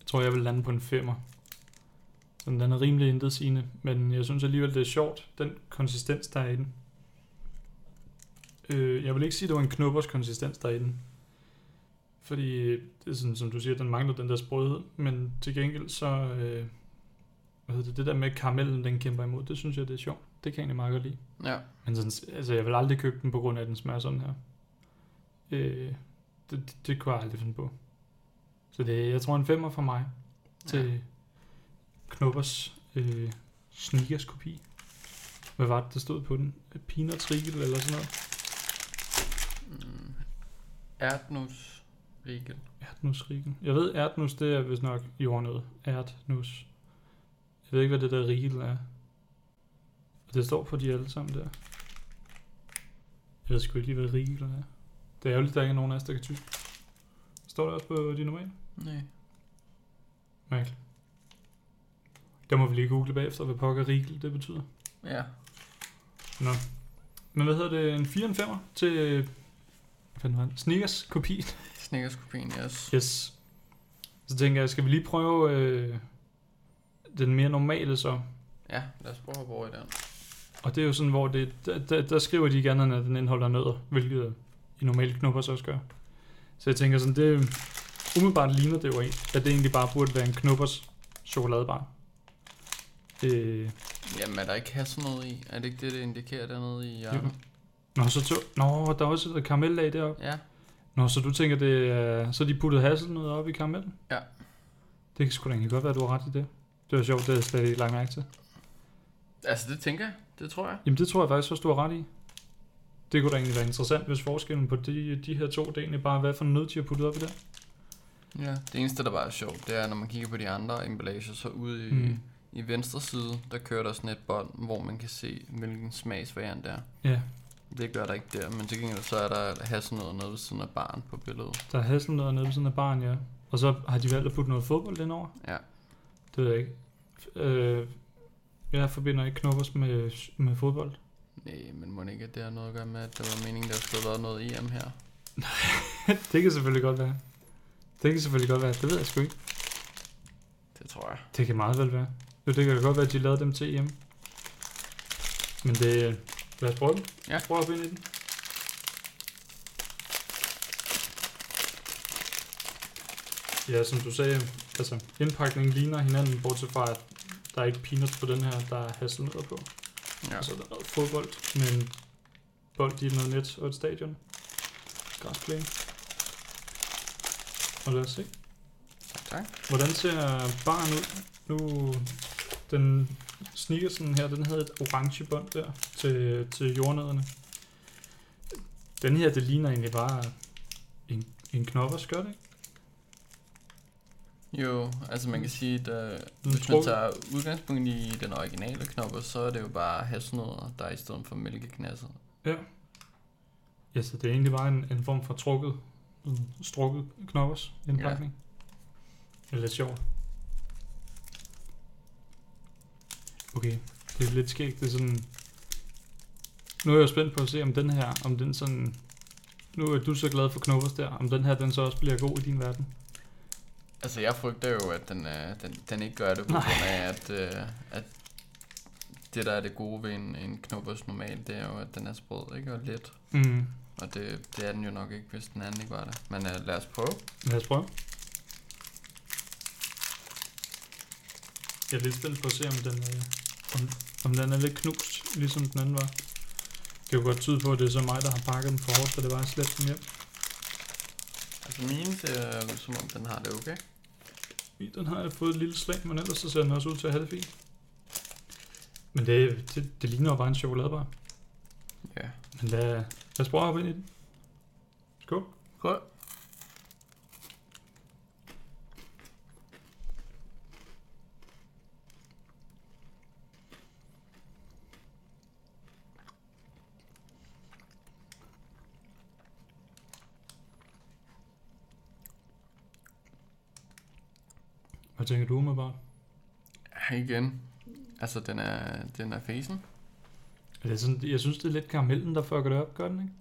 S1: Jeg tror, jeg vil lande på en femmer. Sådan, den er rimelig intetsigende, men jeg synes alligevel, det er sjovt, den konsistens, der er i den. Øh, jeg vil ikke sige, det var en knuppers konsistens, der er i den. Fordi, øh, det er sådan, som du siger, den mangler den der sprødhed, men til gengæld så, øh, hvad hedder det, det der med at karamellen, den kæmper imod, det synes jeg, det er sjovt. Det kan jeg egentlig meget godt lide.
S2: Ja.
S1: Men sådan, altså, jeg vil aldrig købe den på grund af, at den smager sådan her. Øh, det, det, det kunne jeg aldrig finde på. Så det, jeg tror, en femmer for mig til ja. Knoppers øh, sneakers kopi. Hvad var det, der stod på den? Peanut Rigel eller sådan noget?
S2: Mm. Erdnuss Rigen.
S1: Erdnusrigen. Jeg ved, erdnus, det er vist nok jordnød. Erdnus. Jeg ved ikke, hvad det der rigel er. Og det står på de alle sammen der. Jeg ved sgu ikke lige, hvad rigel er. Det er ærgerligt, der ikke er nogen af os, der kan tysk. Står det også på de normale?
S2: Nej.
S1: Mærkeligt. Der må vi lige google bagefter, hvad pokker rigel det betyder.
S2: Ja.
S1: Nå. Men hvad hedder det? En 4 en 5'er til... Hvad fanden var det? Sneakers kopi.
S2: Snickerskopien, yes.
S1: Yes. Så tænker jeg, skal vi lige prøve øh, den mere normale så?
S2: Ja, lad os prøve at hoppe over i den.
S1: Og det er jo sådan, hvor det, der, der, der skriver de gerne, at den indeholder nødder, hvilket i normale knopper så også gør. Så jeg tænker sådan, det umiddelbart ligner det jo en, at det egentlig bare burde være en knoppers chokoladebar. Øh,
S2: Jamen, er der ikke kasse noget i? Er det ikke det, det indikerer dernede i
S1: Jo.
S2: hjørnet?
S1: nå, så tog, nå, der er også et karamellag deroppe.
S2: Ja.
S1: Nå, så du tænker, det er, så de puttede hasselnød op i karamellen?
S2: Ja.
S1: Det kan sgu da egentlig godt være, at du har ret i det. Det var sjovt, det havde jeg slet ikke lagt mærke til.
S2: Altså, det tænker jeg. Det tror jeg.
S1: Jamen det tror jeg faktisk også, du har ret i. Det kunne da egentlig være interessant, hvis forskellen på de, de her to, det er egentlig bare, hvad for en nød, de har puttet op i der.
S2: Ja. Det eneste, der bare er sjovt, det er, når man kigger på de andre emballager, så ude i,
S1: Mm.
S2: mm. i venstre side, der kører der sådan et bånd, hvor man kan se, hvilken smagsvariant det er.
S1: Ja,
S2: Det gør der ikke der, men til gengæld så er der hasselnød noget ved siden af barn på billedet.
S1: der er hasselnødder nede ved siden af baren, ja. Og så har de valgt at putte noget fodbold indover.
S2: Ja.
S1: Det ved jeg ikke. F- Øh, jeg forbinder ikke knoppers med, med fodbold.
S2: Nej, men må ikke, at det har noget at gøre med, at der var meningen, der skulle have været noget EM her?
S1: det kan selvfølgelig godt være. Det kan selvfølgelig godt være. Det ved jeg sgu ikke.
S2: Det tror jeg.
S1: Det kan meget vel være. Jo, det kan da godt være, at de lavede dem til hjemme. Men det... øh, Lad os prøve dem.
S2: Ja.
S1: Prøv at hoppe ind i den. Ja, som du sagde, altså indpakningen ligner hinanden, bortset fra, at der er ikke peanuts på den her, der er hasselnødder på. Ja.
S2: Ja.
S1: Og så er der noget fodbold med en bold i noget net og et stadion. Græsplæne. Og lad os se.
S2: Tak, tak.
S1: Hvordan ser baren ud? Nu, den sneakersen her, den havde et orange bånd der til, til jordnødderne. Den her, det ligner egentlig bare en, en knoppers, gør det ikke?
S2: Jo, altså man kan sige, at øh,
S1: Nu
S2: hvis
S1: tror-
S2: man tager udgangspunkt i den originale knopper, så er det jo bare hasselnødder, der er i stedet for mælkeknasset.
S1: Ja, så det er egentlig bare en, en form for trukket, mm, strukket knoppers indpakning. Ja. Det er lidt sjovt. Okay, det er lidt skægt. Det er sådan... Nu er jeg jo spændt på at se, om den her, om den sådan... Nu er du så glad for knoppers der, om den her, den så også bliver god i din verden.
S2: Altså jeg frygter jo, at den, øh, den, den ikke gør det, på
S1: Nej.
S2: grund af, at, øh, at det der er det gode ved en, en knoppers normalt, det er jo, at den er sprød, ikke? Og let.
S1: Mm.
S2: Og det, det er den jo nok ikke, hvis den anden ikke var det. Men øh, lad os prøve.
S1: Lad os prøve. Jeg er lidt spændt på at se, om den, øh, om, om den er lidt knust, ligesom den anden var. Det kan jo godt tyde på, at det er så mig, der har pakket den for hårdt, for det var jeg slet den hjem.
S2: Altså mine ser ud som om, den har det okay.
S1: I den har jeg fået et lille slag, men ellers så ser den også ud til at have det fint. Men det, det, det ligner jo bare en chokoladebar.
S2: Ja.
S1: Men lad, lad os prøve at hoppe ind i den. Skål.
S2: Prøv.
S1: Hvad tænker du umiddelbart?
S2: Igen. Altså den er, den er fesen.
S1: Er det sådan, Altså, jeg synes, det er lidt karamellen, der fucker det op, gør den ikke?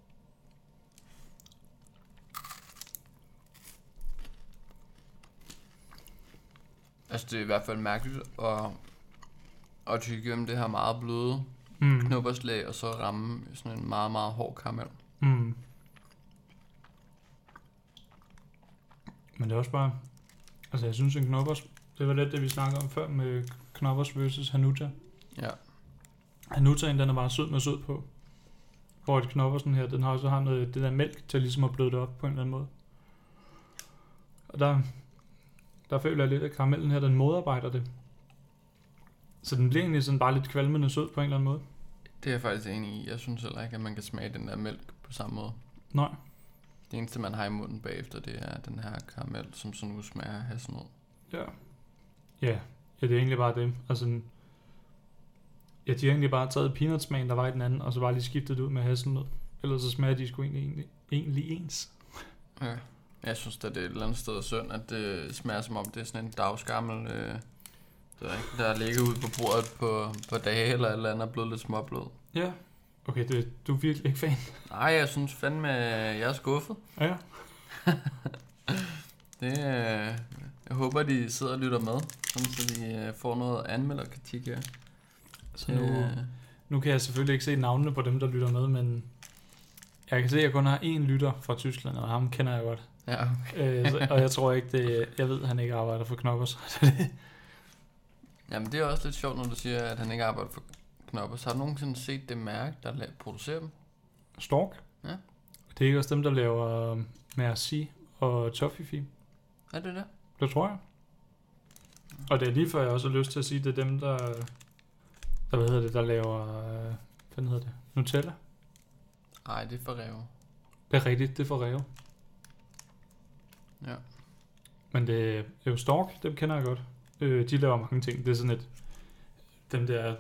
S2: Altså det er i hvert fald mærkeligt at, at tykke igennem det her meget bløde
S1: Mm.
S2: knopperslag, og så ramme sådan en meget, meget hård karamel.
S1: Mm. Men det er også bare... Altså, jeg synes, en knoppers... Det var lidt det, vi snakkede om før med knoppers versus Hanuta.
S2: Ja.
S1: Hanutaen, den er bare sød med sød på. Hvor et knoppersen her, den har også har noget, det der mælk til ligesom at bløde det op på en eller anden måde. Og der, der føler jeg lidt, at karamellen her, den modarbejder det. Så den bliver egentlig sådan bare lidt kvalmende sød på en eller anden måde.
S2: Det er jeg faktisk enig i. Jeg synes heller ikke, at man kan smage den der mælk på samme måde.
S1: Nej.
S2: Det eneste, man har i munden bagefter, det er den her karamel, som sådan nu smager af hasselnød.
S1: Ja. Ja, ja det er egentlig bare det. Altså, ja, de har egentlig bare taget peanutsmagen, der var i den anden, og så bare lige skiftet det ud med hasselnød. Ellers så smager de sgu egentlig, egentlig, egentlig ens.
S2: Ja. Jeg synes da, det er et eller andet sted synd, at det smager som om, det er sådan en dagsgammel, øh, det ved jeg ikke, der ligger ude på bordet på, på dage eller et eller andet, er blevet lidt småblød.
S1: Ja. Okay, det, du er virkelig ikke fan.
S2: Nej, jeg synes fandme, jeg er skuffet.
S1: Ja.
S2: Det, øh, jeg håber, de sidder og lytter med, sådan så de øh, får noget anmelderkritik her.
S1: Så nu,
S2: Øh.
S1: nu kan jeg selvfølgelig ikke se navnene på dem, der lytter med, men jeg kan se, at jeg kun har én lytter fra Tyskland, og ham kender jeg godt.
S2: ja,
S1: Øh, så- og jeg tror ikke, det, jeg ved, at han ikke arbejder for Knoppers.
S2: Jamen det er også lidt sjovt, når du siger, at han ikke arbejder for Knoppers. Har du nogensinde set det mærke, der la- producerer dem?
S1: Stork?
S2: Ja.
S1: Det er ikke også dem, der laver øh, Merci og Toffifee?
S2: Er det det?
S1: Det tror jeg. Og det er lige før, jeg også har lyst til at sige, det er dem, der, der hvad hedder det, der laver, øh, hvad hedder det, Nutella.
S2: Nej, det er for ræve.
S1: Det er rigtigt, det er for ræve.
S2: Ja.
S1: Men det er jo Stork, dem kender jeg godt. Øh, de laver mange ting. Det er sådan et, dem der,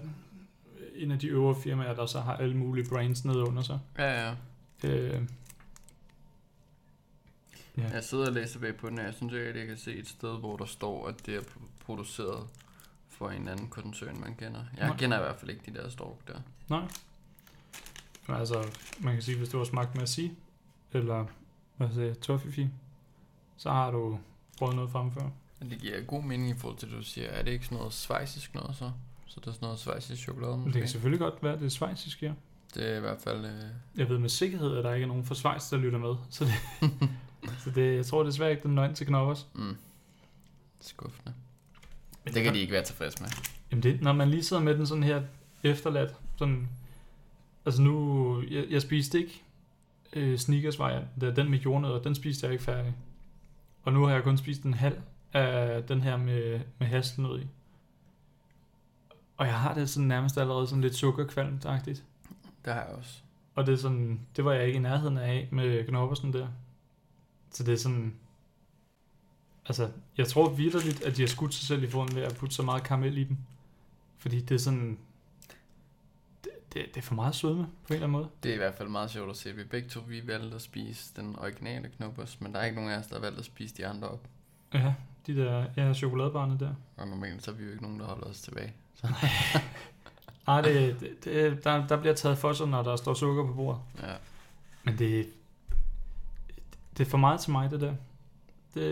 S1: en af de øvre firmaer, der så har alle mulige brands nede under sig.
S2: Ja, ja.
S1: Øh, Ja.
S2: Jeg sidder og læser bag på den, og jeg synes ikke, at jeg kan se et sted, hvor der står, at det er pro- produceret for en anden koncern, man kender. Jeg
S1: Nej.
S2: kender i hvert fald ikke de der stork der.
S1: Men altså, man kan sige, hvis du har smagt med at sige, eller hvad hedder det, Toffifee, så har du prøvet noget fremfør.
S2: Men det giver god mening i forhold til, det, du siger. Er det ikke sådan noget svejsisk noget så? Så der er sådan noget svejsisk chokolade
S1: Det
S2: måske?
S1: kan selvfølgelig godt være, at det er svejsisk, ja.
S2: Det er i hvert fald... Øh...
S1: Jeg ved med sikkerhed, at der ikke er nogen fra Schweiz, der lytter med. Så det, så det jeg tror desværre ikke, den nøgn til knoppers.
S2: Mm. Skuffende. Det kan de ikke være tilfredse med.
S1: Jamen det, når man lige sidder med den sådan her efterladt, sådan, altså nu, jeg, jeg spiste ikke øh, sneakers varianten, der den med jordnødder, den spiste jeg ikke færdig. Og nu har jeg kun spist en halv af den her med, med hastelnød i. Og jeg har det sådan nærmest allerede sådan lidt sukkerkvalmt-agtigt.
S2: Det har jeg også.
S1: Og det er sådan, det var jeg ikke i nærheden af med Knoppersen der. Så det er sådan, altså, jeg tror vildt, at de har skudt sig selv i foden ved at putte så meget karamel i dem. Fordi det er sådan, det, det, det er for meget sødme på en eller anden måde.
S2: Det er i hvert fald meget sjovt at se. Vi begge to, vi valgte at spise den originale knoppers, men der er ikke nogen af os, der har valgt at spise de andre op.
S1: Ja, de der ja, chokoladebarne der.
S2: Og normalt så er vi jo ikke nogen, der holder os tilbage.
S1: Nej, det, det, det, der, der bliver taget for sig, når der står sukker på bordet.
S2: Ja.
S1: Men det, det er for meget til mig, det der. Det,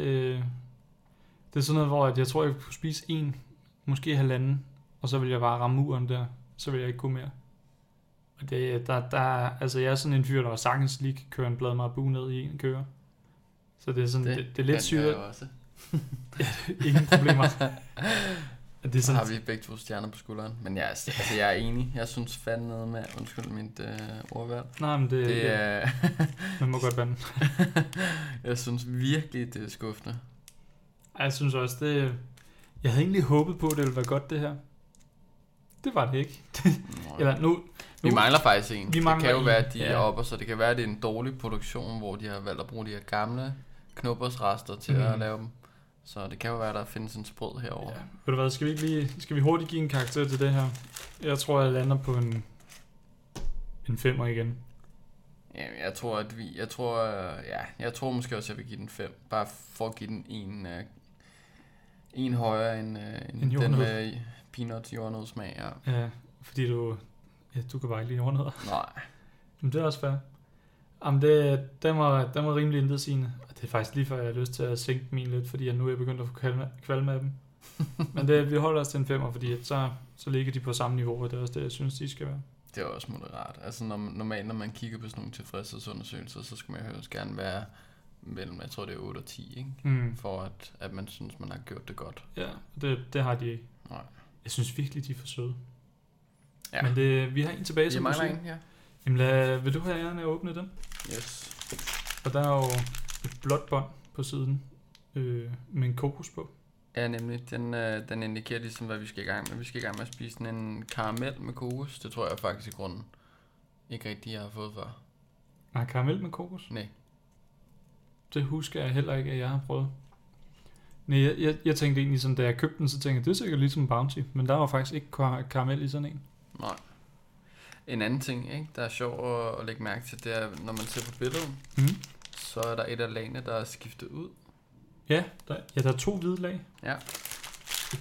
S1: det er sådan noget, hvor at jeg tror, jeg kunne spise en, måske halvanden, og så vil jeg bare ramme muren der. Så vil jeg ikke kunne mere. Og det, der, der, altså jeg er sådan en fyr, der sagtens lige kan køre en blad marabu ned i en køre. Så det er, sådan, det, det, det er lidt
S2: syret.
S1: syret.
S2: også.
S1: Ingen problemer. det er
S2: Så
S1: sådan,
S2: har vi begge to stjerner på skulderen. Men jeg, er- altså, jeg er enig. Jeg synes fandme med, undskyld mit øh, ordvalg.
S1: nej, men det,
S2: Det
S1: det er...
S2: er,
S1: man må godt vande.
S2: jeg synes virkelig, det er skuffende.
S1: Ej, Jeg synes også, det... Jeg havde egentlig håbet på, at det ville være godt, det her. Det var det ikke.
S2: Nå,
S1: Eller nu...
S2: Vi mangler faktisk en.
S1: Vi
S2: Vi det
S1: mangler
S2: kan jo
S1: en,
S2: være, at de ja.
S1: ja.
S2: er oppe, så det kan være, at det er en dårlig produktion, hvor de har valgt at bruge de her gamle knoppersrester til mm.
S1: Mhm.
S2: at lave dem. Så det kan jo være, at der findes en sprød herover.
S1: Ja. Ved du hvad, skal vi, ikke lige, skal vi hurtigt give en karakter til det her? Jeg tror, jeg lander på en... En femmer igen.
S2: Ja. Jeg tror, at vi, jeg tror, øh, ja, jeg tror måske også, at jeg vil give den 5. Bare for at give den en, øh, en højere end, øh, end
S1: En
S2: den
S1: jordnød.
S2: med peanuts jordnødsmag. Ja.
S1: Ja, fordi du... Ja, du kan bare ikke lide jordnødder.
S2: Nej,
S1: Men det er også fair. Jamen, det, den, var, den var rimelig intetsigende. Og det er faktisk lige før, jeg har lyst til at sænke min lidt, fordi jeg nu er begyndt at få kvalme, kvalme af dem. Men det, vi holder os til en femmer, fordi at så, så ligger de på samme niveau, og det er også det, jeg synes, de skal være.
S2: det er også moderat. Altså når, normalt, når man kigger på sådan nogle tilfredshedsundersøgelser, så skal man jo helst gerne være mellem, jeg tror det er 8 og 10, ikke?
S1: Mm.
S2: for at, at man synes, man har gjort det godt.
S1: Ja, det, det har de ikke.
S2: Nej.
S1: Jeg synes virkelig, de er for søde.
S2: Ja.
S1: Men det, vi har en tilbage,
S2: Vi
S1: som du
S2: mangler
S1: siger.
S2: en, ja.
S1: Jamen, lad, vil du have æren af at åbne den?
S2: Yes.
S1: Og der er jo et blåt bånd på siden øh, med en kokos på.
S2: Ja, nemlig. Den, øh, den indikerer ligesom, hvad vi skal i gang med. Vi skal i gang med at spise sådan en karamel med kokos. Det tror jeg faktisk i grunden ikke rigtig, jeg har fået før.
S1: Nej, karamel med kokos.
S2: Nej.
S1: det husker jeg heller ikke, at jeg har prøvet. Nej, jeg, jeg, jeg tænkte egentlig sådan, da jeg købte den, så tænkte jeg, det er sikkert ligesom en Bounty, men der var faktisk ikke kar- karamel i sådan en.
S2: Nej. En anden ting, ikke, der er sjov at, at lægge mærke til, det er, når man ser på billedet,
S1: Mm.
S2: så er der et af lagene, der er skiftet ud.
S1: Ja, der, ja, der er to hvide lag.
S2: Ja.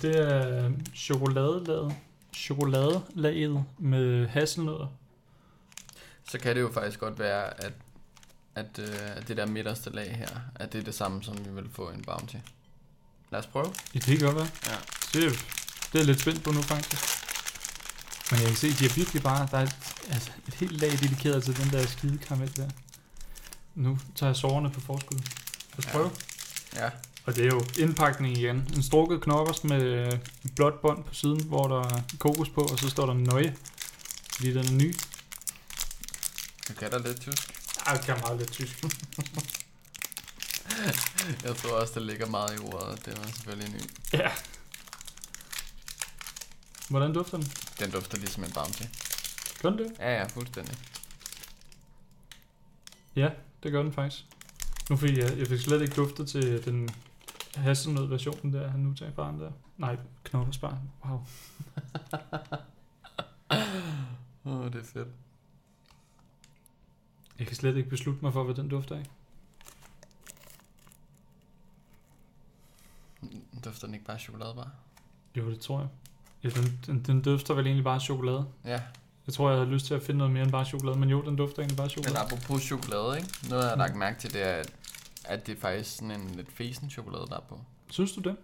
S1: Det er øhm, chokoladelaget, chokoladelaget med hasselnødder.
S2: Så kan det jo faktisk godt være, at, at, øh, at det der midterste lag her, at det er det samme, som vi vil få i en bounty. Lad os prøve.
S1: Ja, det kan godt være.
S2: Ja.
S1: Det, det er jeg lidt spændt på nu, faktisk. Men jeg kan se, de er virkelig bare... Der er et, altså, et helt lag dedikeret til den der skide karamel der. Nu tager jeg sårene på forskud. Lad os
S2: Ja.
S1: prøve.
S2: Ja,
S1: Og det er jo indpakning igen. En strukket knokkers med øh, blåt bånd på siden, hvor der er kokos på, og så står der nøje. Fordi den er ny.
S2: du kan da lidt tysk.
S1: Ej, det kan meget lidt tysk.
S2: Jeg tror også, der ligger meget i ordet. Det var selvfølgelig ny.
S1: ja. Hvordan dufter den?
S2: Den dufter ligesom en bounty.
S1: Gør den det?
S2: Ja, ja, fuldstændig.
S1: Ja, det gør den faktisk. Nu fordi jeg, jeg fik slet ikke duftet til den hasselnød versionen der, han nu tager i baren der. Nej, knoppersbaren. Wow.
S2: Åh, oh, det er fedt.
S1: Jeg kan slet ikke beslutte mig for, hvad den dufter af.
S2: Dufter den ikke bare af chokoladebar?
S1: Jo, det tror jeg. Ja, den, den, den dufter vel egentlig bare af chokolade.
S2: Ja,
S1: Jeg tror, jeg havde lyst til at finde noget mere end bare chokolade, men jo, den dufter egentlig bare af chokolade.
S2: men apropos chokolade, ikke? Noget, jeg har
S1: Mm.
S2: lagt mærke til, det er, at- at det er faktisk sådan en lidt fesen chokolade, der er på.
S1: Synes du det?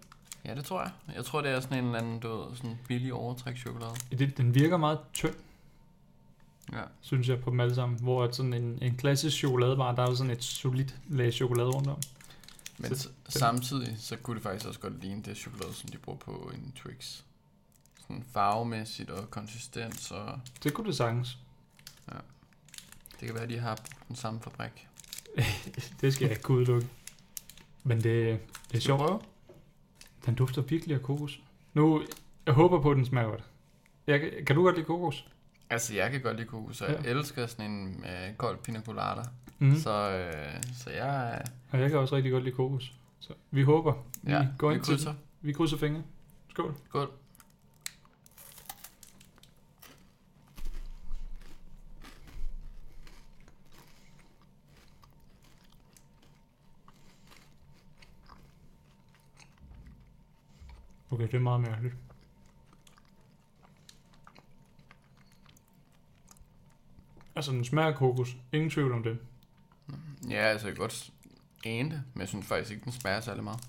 S2: Ja, det tror jeg. Jeg tror, det er sådan en eller anden, du ved, sådan billig overtrækschokolade.
S1: Ja, det? Den virker meget tynd,
S2: Ja.
S1: synes jeg, på dem alle sammen. Hvor at sådan en, en klassisk chokoladebar, der er jo sådan et solidt lag chokolade rundt om.
S2: Men
S1: Så
S2: så, samtidig, så kunne det faktisk også godt ligne det chokolade, som de bruger på en Twix. Sådan farvemæssigt og konsistens, og
S1: Det kunne det sagtens.
S2: det kan være, at de har brugt den samme fabrik.
S1: Det skal jeg ikke kunne udelukke. Men det, det er
S2: Skal vi
S1: sjovt.
S2: prøve?
S1: Den dufter virkelig af kokos. Nu, jeg håber på, at den smager godt. Jeg, kan- kan du godt lide kokos?
S2: Altså, jeg kan godt lide kokos, og jeg
S1: Ja.
S2: elsker sådan en øh, kold pina colada.
S1: Mm.
S2: Mm. Så, øh, så jeg... øh,
S1: Og jeg kan også rigtig godt lide kokos. Så vi håber. Vi
S2: Ja,
S1: går ind
S2: vi
S1: til den.
S2: krydser.
S1: Vi krydser fingre. Skål.
S2: Skål.
S1: Okay, det er meget mærkeligt. Altså, den smager af kokos. Ingen tvivl om det.
S2: Ja, altså, jeg kan godt ane det, men jeg synes faktisk ikke, den smager særlig meget.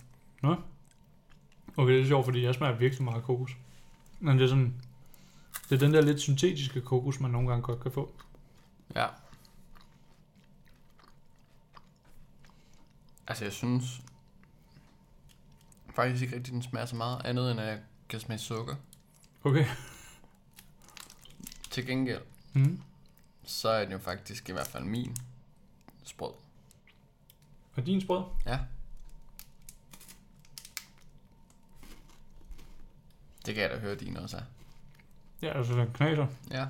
S1: Okay, det er sjovt, fordi jeg smager virkelig meget af kokos. Men det er sådan... Det er den der lidt syntetiske kokos, man nogle gange godt kan få.
S2: Ja. Altså, jeg synes faktisk ikke rigtig, den smager så meget andet, end at jeg kan smage sukker.
S1: Okay.
S2: Til gengæld,
S1: Mm.
S2: så er den jo faktisk i hvert fald min sprød.
S1: Og din sprød?
S2: Ja. Det kan jeg da høre, din også er.
S1: Ja, altså den knaser.
S2: Ja.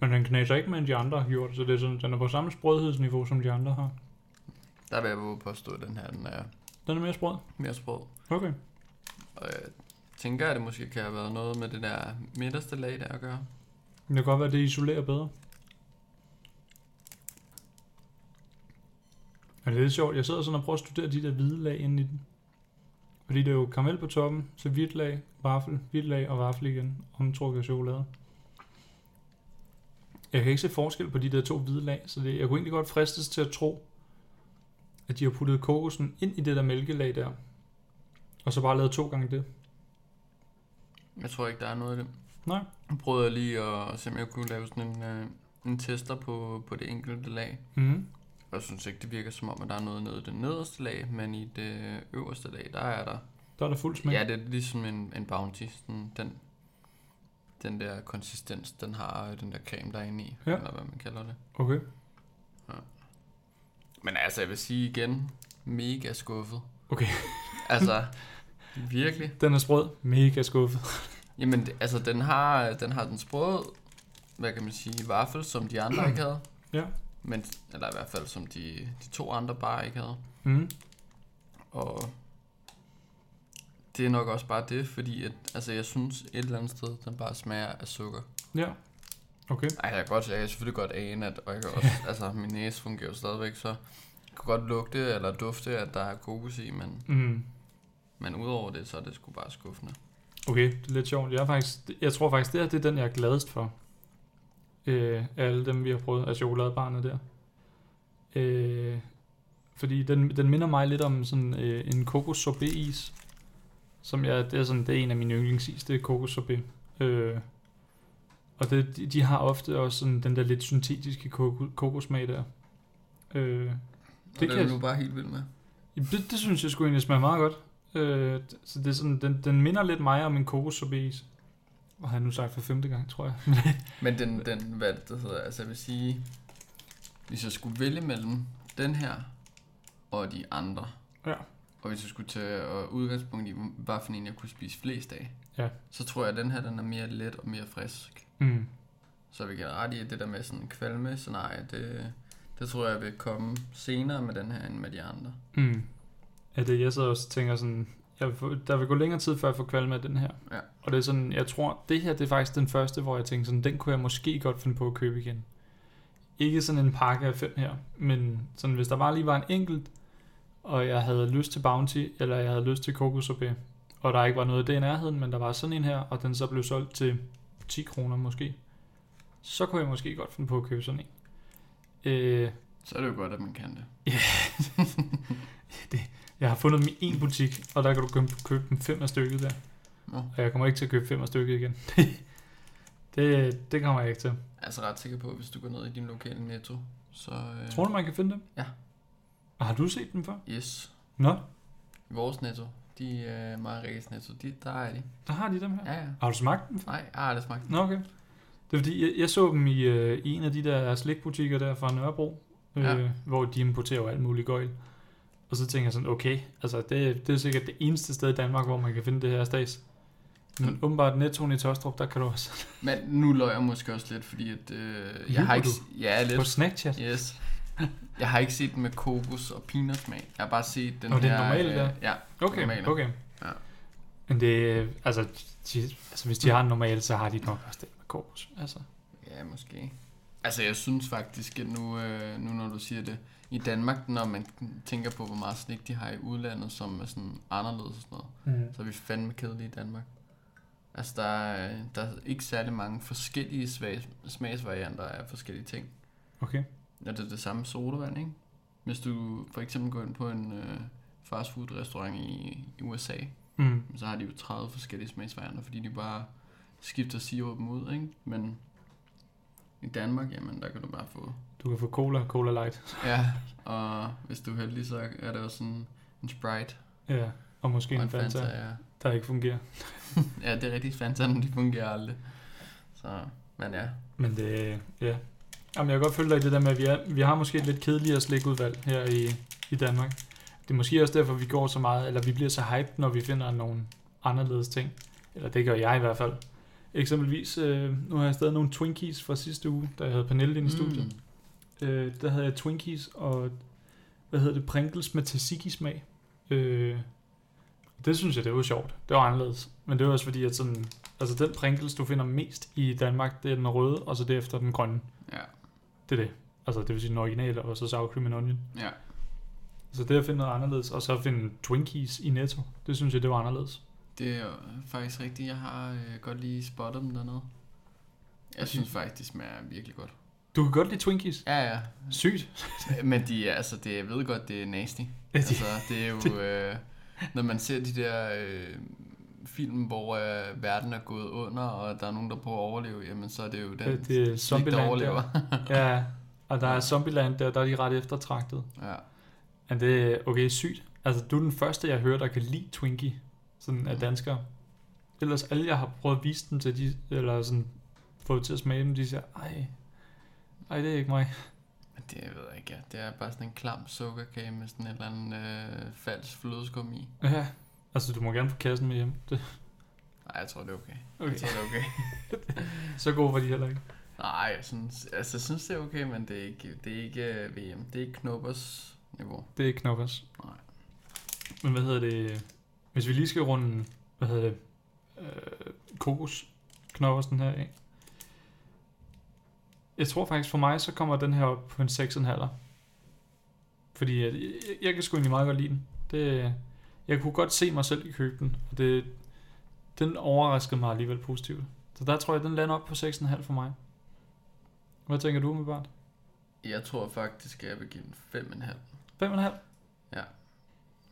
S1: Men den knaser ikke med, end de andre har gjort, så det er sådan, den er på samme sprødhedsniveau, som de andre har.
S2: Der vil jeg våge at påstå, at den her den er
S1: Den er mere sprød.
S2: mere sprød.
S1: Okay.
S2: Og jeg tænker, at det måske kan have været noget med det der midterste lag, der at gøre.
S1: Men det kan godt være, at det isolerer bedre. Og det er lidt sjovt. Jeg sidder sådan og prøver at studere de der hvide lag inde i den. Fordi det er jo karamel på toppen, så hvidt lag, vaffel, hvidt lag og vaffel igen, omtrukket af chokolade. Jeg kan ikke se forskel på de der to hvide lag, så det, jeg kunne egentlig godt fristes til at tro, at de har puttet kokosen ind i det der mælkelag der, og så bare lavet to gange det.
S2: Jeg tror ikke, der er noget af det.
S1: Nej.
S2: Nu prøvede jeg lige at se, om jeg kunne lave sådan en, øh, en tester på, på det enkelte lag.
S1: Mm.
S2: Og jeg synes ikke, det virker som om, at der er noget nede i det nederste lag, men i det øverste lag, der er der.
S1: Der er der fuld smag.
S2: Ja, det er ligesom en, en bounty. Sådan den, den der konsistens, den har øh, den der creme, der er inde i,
S1: Ja.
S2: eller hvad man kalder det.
S1: Okay.
S2: Men altså, jeg vil sige igen, mega skuffet.
S1: Okay.
S2: altså, virkelig.
S1: Den er sprød. Mega skuffet.
S2: Jamen, det- altså, den har den, har den sprøde, hvad kan man sige, vaffel, som de andre ikke havde.
S1: Ja.
S2: Men, eller i hvert fald som de, de to andre bare ikke havde.
S1: Mm.
S2: Og det er nok også bare det, fordi at, altså, jeg synes et eller andet sted, den bare smager af sukker.
S1: Ja. Okay.
S2: Ej, jeg kan, godt, jeg kan selvfølgelig godt ane, at, og jeg kan også, altså, min næse fungerer jo stadigvæk, så jeg kan godt lugte eller dufte, at der er kokos i, men,
S1: Mm.
S2: men udover det, så er det sgu bare skuffende.
S1: Okay, det er lidt sjovt. Jeg, er faktisk, jeg tror faktisk, det her det er den, jeg er gladest for. Øh, af alle dem, vi har prøvet af chokoladebarnet der. Øh, fordi den, den minder mig lidt om sådan øh, en kokos sorbet is. Som jeg, det er sådan, det er en af mine yndlingsis, det er kokos sorbet. Øh, og det, de, de, har ofte også sådan den der lidt syntetiske koko, kokosmag der. Øh,
S2: Og
S1: Det kan
S2: det, det er
S1: jeg-
S2: du bare helt vild med.
S1: Jamen, Det, det synes jeg skulle egentlig smager meget godt. Øh, d- så det er sådan, den, den minder lidt mig om en kokossorbet. Og har jeg nu sagt for femte gang, tror jeg.
S2: Men den, den hvad det hedder, altså jeg vil sige, hvis jeg skulle vælge mellem den her og de andre,
S1: Ja.
S2: og hvis jeg skulle tage og udgangspunkt i, hvad for en jeg kunne spise flest af,
S1: Ja.
S2: så tror jeg, at den her den er mere let og mere frisk.
S1: mm.
S2: Så vi kan ret i, at det der med sådan kvalme scenarie, det, det tror jeg vil komme senere med den her end med de andre.
S1: Mm. Ja, det jeg sidder også og tænker sådan, jeg vil få, der vil gå længere tid, før jeg får kvalme af den her.
S2: Ja.
S1: Og det er sådan, jeg tror, det her det er faktisk den første, hvor jeg tænker sådan, den kunne jeg måske godt finde på at købe igen. Ikke sådan en pakke af fem her, men sådan, hvis der bare lige var en enkelt, og jeg havde lyst til Bounty, eller jeg havde lyst til kokossorbet, og der ikke var noget af det i nærheden, men der var sådan en her, og den så blev solgt til 10 kroner måske, så kunne jeg måske godt finde på at købe sådan en. Øh,
S2: Så er det jo godt, at man kan det.
S1: Jeg har fundet dem i en butik, og der kan du købe, købe dem fem af stykket der.
S2: Nå.
S1: Og jeg kommer ikke til at købe fem af stykket igen. det, det kommer jeg ikke til.
S2: Jeg er altså ret sikker på, at hvis du går ned i din lokale netto, så... Øh,
S1: Tror du, man kan finde dem?
S2: Ja.
S1: Og har du set dem før?
S2: Yes.
S1: Nå,
S2: I vores netto, de øh, meget Rikkes netto, de, der er de.
S1: der har de dem her.
S2: Ja, ja.
S1: Har du smagt dem?
S2: Nej, jeg har aldrig smagt den.
S1: Nå, okay. Det er fordi, jeg, jeg så dem i øh, i en af de der slikbutikker der fra Nørrebro, øh,
S2: Ja.
S1: ja. hvor de importerer jo alt muligt gøjl. Og så tænker jeg sådan, okay, altså det, det er sikkert det eneste sted i Danmark, hvor man kan finde det her stads.
S2: Mm.
S1: Men åbenbart nettoen i Tostrup, der kan du også
S2: Men nu løg jeg måske også lidt, fordi at, øh, jeg
S1: Lyver
S2: har ikke...
S1: du?
S2: Ja,
S1: på
S2: lidt.
S1: Snapchat.
S2: Yes. Jeg har ikke set den med kokos og peanutsmag. Jeg har bare set den
S1: Nå, det er
S2: her...
S1: normalt,
S2: øh,
S1: ja.
S2: Ja,
S1: Okay,
S2: normale.
S1: okay.
S2: Ja.
S1: Men det, øh, altså, de, altså, hvis de har en normal, så har de nok også det med korpus. Altså.
S2: Ja, måske. Altså, jeg synes faktisk, at nu, øh, nu når du siger det, i Danmark, når man tænker på, hvor meget slik de har i udlandet, som er sådan anderledes og sådan noget,
S1: Mm.
S2: så er vi fandme kedelige i Danmark. Altså, der er, der er ikke særlig mange forskellige svag, smagsvarianter af forskellige ting.
S1: Okay.
S2: Ja, det er det samme sodavand, ikke? Hvis du for eksempel går ind på en øh, fastfood-restaurant i, i USA,
S1: Mm.
S2: så har de jo 30 forskellige smagsvarianter, fordi de bare skifter sirupen ud, ikke? Men i Danmark, jamen, der kan du bare få...
S1: Du kan få cola og cola light.
S2: Ja, og hvis du er heldig, så er der også sådan en Sprite
S1: Ja, og måske
S2: og
S1: en
S2: en Fanta.
S1: Fanta,
S2: Ja.
S1: der ikke fungerer.
S2: ja, det er rigtigt. Fantaen, de fungerer aldrig. Så, men ja.
S1: Men det, ja. Jamen, jeg kan godt følge dig i det der med, at vi, er, vi har måske et lidt kedeligere slikudvalg her i, i Danmark. Det er måske også derfor, vi går så meget, eller vi bliver så hyped, når vi finder nogle anderledes ting. Eller det gør jeg i hvert fald. Eksempelvis, øh, nu har jeg stadig nogle Twinkies fra sidste uge, da jeg havde Pernille ind i studiet.
S2: Mm.
S1: Øh, der havde jeg Twinkies og, hvad hedder det, Pringles med tzatziki-smag. Øh, det synes jeg, det var sjovt. Det var anderledes. Men det var også fordi, at sådan, altså den Pringles, du finder mest i Danmark, det er den røde, og så derefter den grønne.
S2: Ja,
S1: Det er det. Altså det vil sige den originale, og så sour cream and onion.
S2: ja.
S1: Så det at finde noget anderledes, og så finde Twinkies i Netto, det synes jeg, det var anderledes.
S2: Det er jo faktisk rigtigt. Jeg har øh, godt lige spottet dem dernede. Jeg
S1: Og de-
S2: synes faktisk, de smager virkelig godt.
S1: Du kan godt lide Twinkies.
S2: Ja, ja.
S1: Sygt.
S2: Men de er, altså, det, jeg ved godt, det er nasty.
S1: Ja, de-
S2: Altså, det er jo... Øh, når man ser de der øh, film, hvor øh, verden er gået under, og der er nogen, der prøver at overleve, jamen så er det jo den,
S1: Det, det er
S2: slik, der
S1: Zombieland
S2: overlever.
S1: der. Ja, og der er Zombieland der, der er de ret eftertragtet.
S2: ja.
S1: Er det okay sygt? Altså, du er den første, jeg hører, der kan lide Twinkie, sådan af danskere. Ellers alle, jeg har prøvet at vise dem til, de, eller sådan fået til at smage dem, de siger, ej, ej, det er ikke mig.
S2: Men det jeg ved jeg ikke, ja. Det er bare sådan en klam sukkerkage med sådan et eller andet øh, falsk flødeskum i.
S1: Ja, altså, du må gerne få kassen med hjem. Det,
S2: Nej, jeg tror, det er okay. Jeg
S1: okay.
S2: tror, det er okay.
S1: Så god var de heller ikke.
S2: Nej, jeg synes, altså, jeg synes det er okay, men det er ikke, det er ikke øh, VM. Det er ikke Knoppers niveau.
S1: Det er ikke knoppers.
S2: Nej.
S1: Men hvad hedder det? Hvis vi lige skal runde, hvad hedder det? Øh, kokos knoppersen her af. Jeg tror faktisk for mig, så kommer den her op på en 6,5. Fordi at, jeg, jeg kan sgu egentlig meget godt lide den. Det, jeg kunne godt se mig selv i købe den. Og det, den overraskede mig alligevel positivt. Så der tror jeg, den lander op på 6,5 for mig. Hvad tænker du umiddelbart?
S2: Jeg tror faktisk, at jeg vil give den 5,5.
S1: 5,5?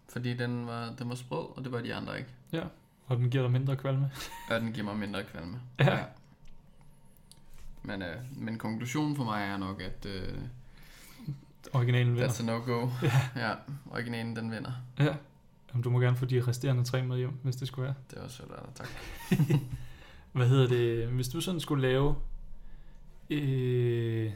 S2: Fordi den var, den var sprød, og det var de andre ikke.
S1: Og den giver dig mindre kvalme.
S2: Og den giver mig mindre kvalme.
S1: Ja.
S2: Men, øh, men konklusionen for mig er nok, at øh,
S1: Originalen vinder.
S2: that's a no-go. ja, originalen den vinder.
S1: Ja. Jamen, du må gerne få de resterende tre med hjem, hvis det skulle være.
S2: Det var sødt af dig, tak.
S1: Hvad hedder det? Hvis du sådan skulle lave... Øh,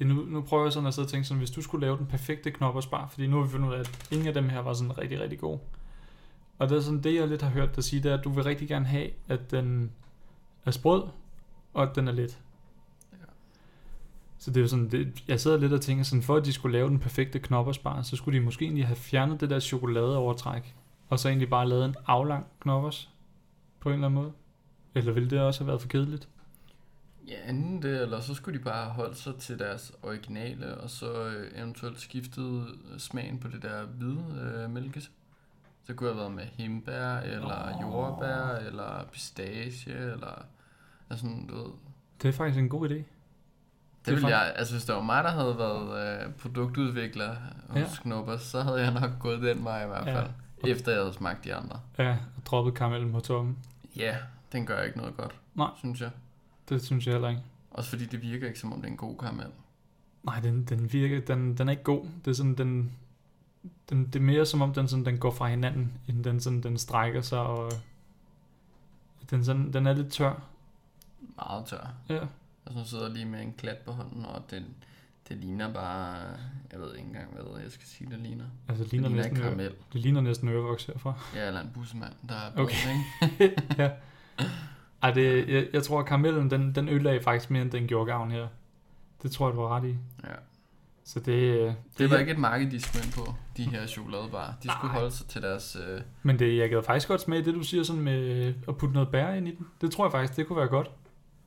S1: ja, nu, nu prøver jeg sådan at sidde og tænke sådan, hvis du skulle lave den perfekte knoppersbar, fordi nu har vi fundet ud af, at ingen af dem her var sådan rigtig, rigtig god. Og det er sådan det, jeg lidt har hørt dig sige, det er, at du vil rigtig gerne have, at den er sprød, og at den er let.
S2: Ja.
S1: Så det er jo sådan, det, jeg sidder lidt og tænker sådan, for at de skulle lave den perfekte knoppersbar, så skulle de måske egentlig have fjernet det der chokoladeovertræk, og så egentlig bare lavet en aflang knoppers, på en eller anden måde. Eller ville det også have været for kedeligt?
S2: Ja, enten det, eller så skulle de bare have holdt sig til deres originale, og så øh, eventuelt skiftet smagen på det der hvide øh, mælkes. Så kunne jeg have været med hembær, eller
S1: Nå.
S2: oh. jordbær, eller pistache, eller altså sådan, du ved.
S1: Det er faktisk en god idé. Det er
S2: Det ville
S1: fakt-
S2: jeg, altså hvis det var mig, der havde været øh, produktudvikler hos
S1: Ja.
S2: ja. Knoppers, så havde jeg nok gået den vej i hvert
S1: Ja.
S2: fald, ja. efter jeg havde smagt de andre.
S1: Ja, og droppet karamellen på toppen.
S2: Ja, den gør ikke noget godt,
S1: Nej.
S2: synes jeg.
S1: Det synes jeg heller ikke.
S2: Også fordi det virker ikke, som om det er en god karamel.
S1: Nej, den, den virker, den, den er ikke god. Det er sådan, den, den, det er mere som om, den, sådan, den går fra hinanden, end den, sådan, den strækker sig, og den, sådan, den er lidt tør.
S2: Meget tør.
S1: Ja.
S2: Og så sidder jeg lige med en klat på hånden, og det, det ligner bare... Jeg ved ikke engang, hvad jeg skal sige, det ligner.
S1: Altså, det
S2: Det
S1: ligner,
S2: ligner en
S1: næsten, øre-
S2: karamel.
S1: det ligner næsten ørevoks herfra.
S2: Ja, eller en bussemand, der er
S1: Okay.
S2: okay. ikke?
S1: ja. Ej, det, jeg, jeg tror, at karamellen, den, den ødelagde faktisk mere, end den gjorde gavn her. Det tror jeg, du har ret i.
S2: Ja.
S1: Så det, øh, det,
S2: Det var ikke et marked, de skulle ind på, de her chokoladebarer. De skulle
S1: Nej.
S2: holde sig til deres... Øh,
S1: Men det, jeg gad faktisk godt smage det, du siger sådan med øh, at putte noget bær ind i den. Det tror jeg faktisk, det kunne være godt.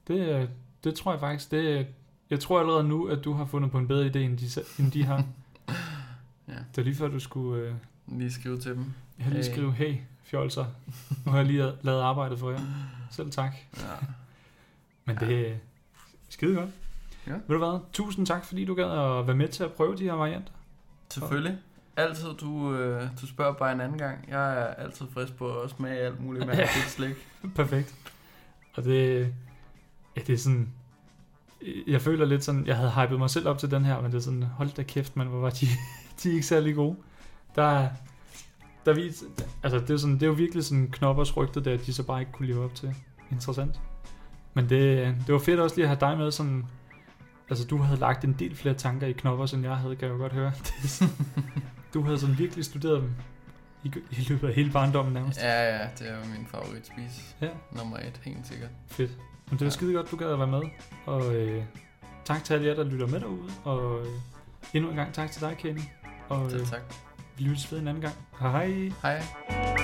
S1: Det, øh, det tror jeg faktisk. Det, øh, jeg tror allerede nu, at du har fundet på en bedre idé, end de, se- end de har.
S2: Ja.
S1: Det er lige før, du skulle øh,
S2: lige skrive til dem.
S1: jeg har lige
S2: Hey.
S1: skrive, hey, fjolser, nu har jeg lige lavet arbejdet for jer. Selv tak.
S2: Ja.
S1: Men det er skide godt.
S2: Ja.
S1: Ved du hvad? Tusind tak, fordi du gad at være med til at prøve de her varianter.
S2: Selvfølgelig. Altid, du, øh, du spørger bare en anden gang. Jeg er altid frisk på at smage alt muligt mærkeligt slik.
S1: Perfekt. Og det, ja, det er sådan... Jeg føler lidt sådan, jeg havde hypet mig selv op til den her, men det er sådan, hold da kæft, man, hvor var de, de er ikke særlig gode. Der, er- der vi, altså det er, sådan, det er jo virkelig sådan knoppers rygte der, de så bare ikke kunne leve op til. Interessant. Men det, det var fedt også lige at have dig med sådan, altså du havde lagt en del flere tanker i knoppers, end jeg havde, kan jeg jo godt høre. Det er sådan, du havde sådan virkelig studeret dem i, i løbet af hele barndommen nærmest.
S2: Ja, ja, det er jo min favoritspis.
S1: Ja.
S2: Nummer et, helt sikkert.
S1: Fedt. Men det var
S2: Ja.
S1: skide godt, du gad at være med. Og øh, tak til alle jer, der lytter med derude. Og øh, endnu en gang tak til dig, Kenny. Og
S2: Selv
S1: øh,
S2: tak.
S1: vi lyttes ved en anden gang. Hej hej.
S2: Hej.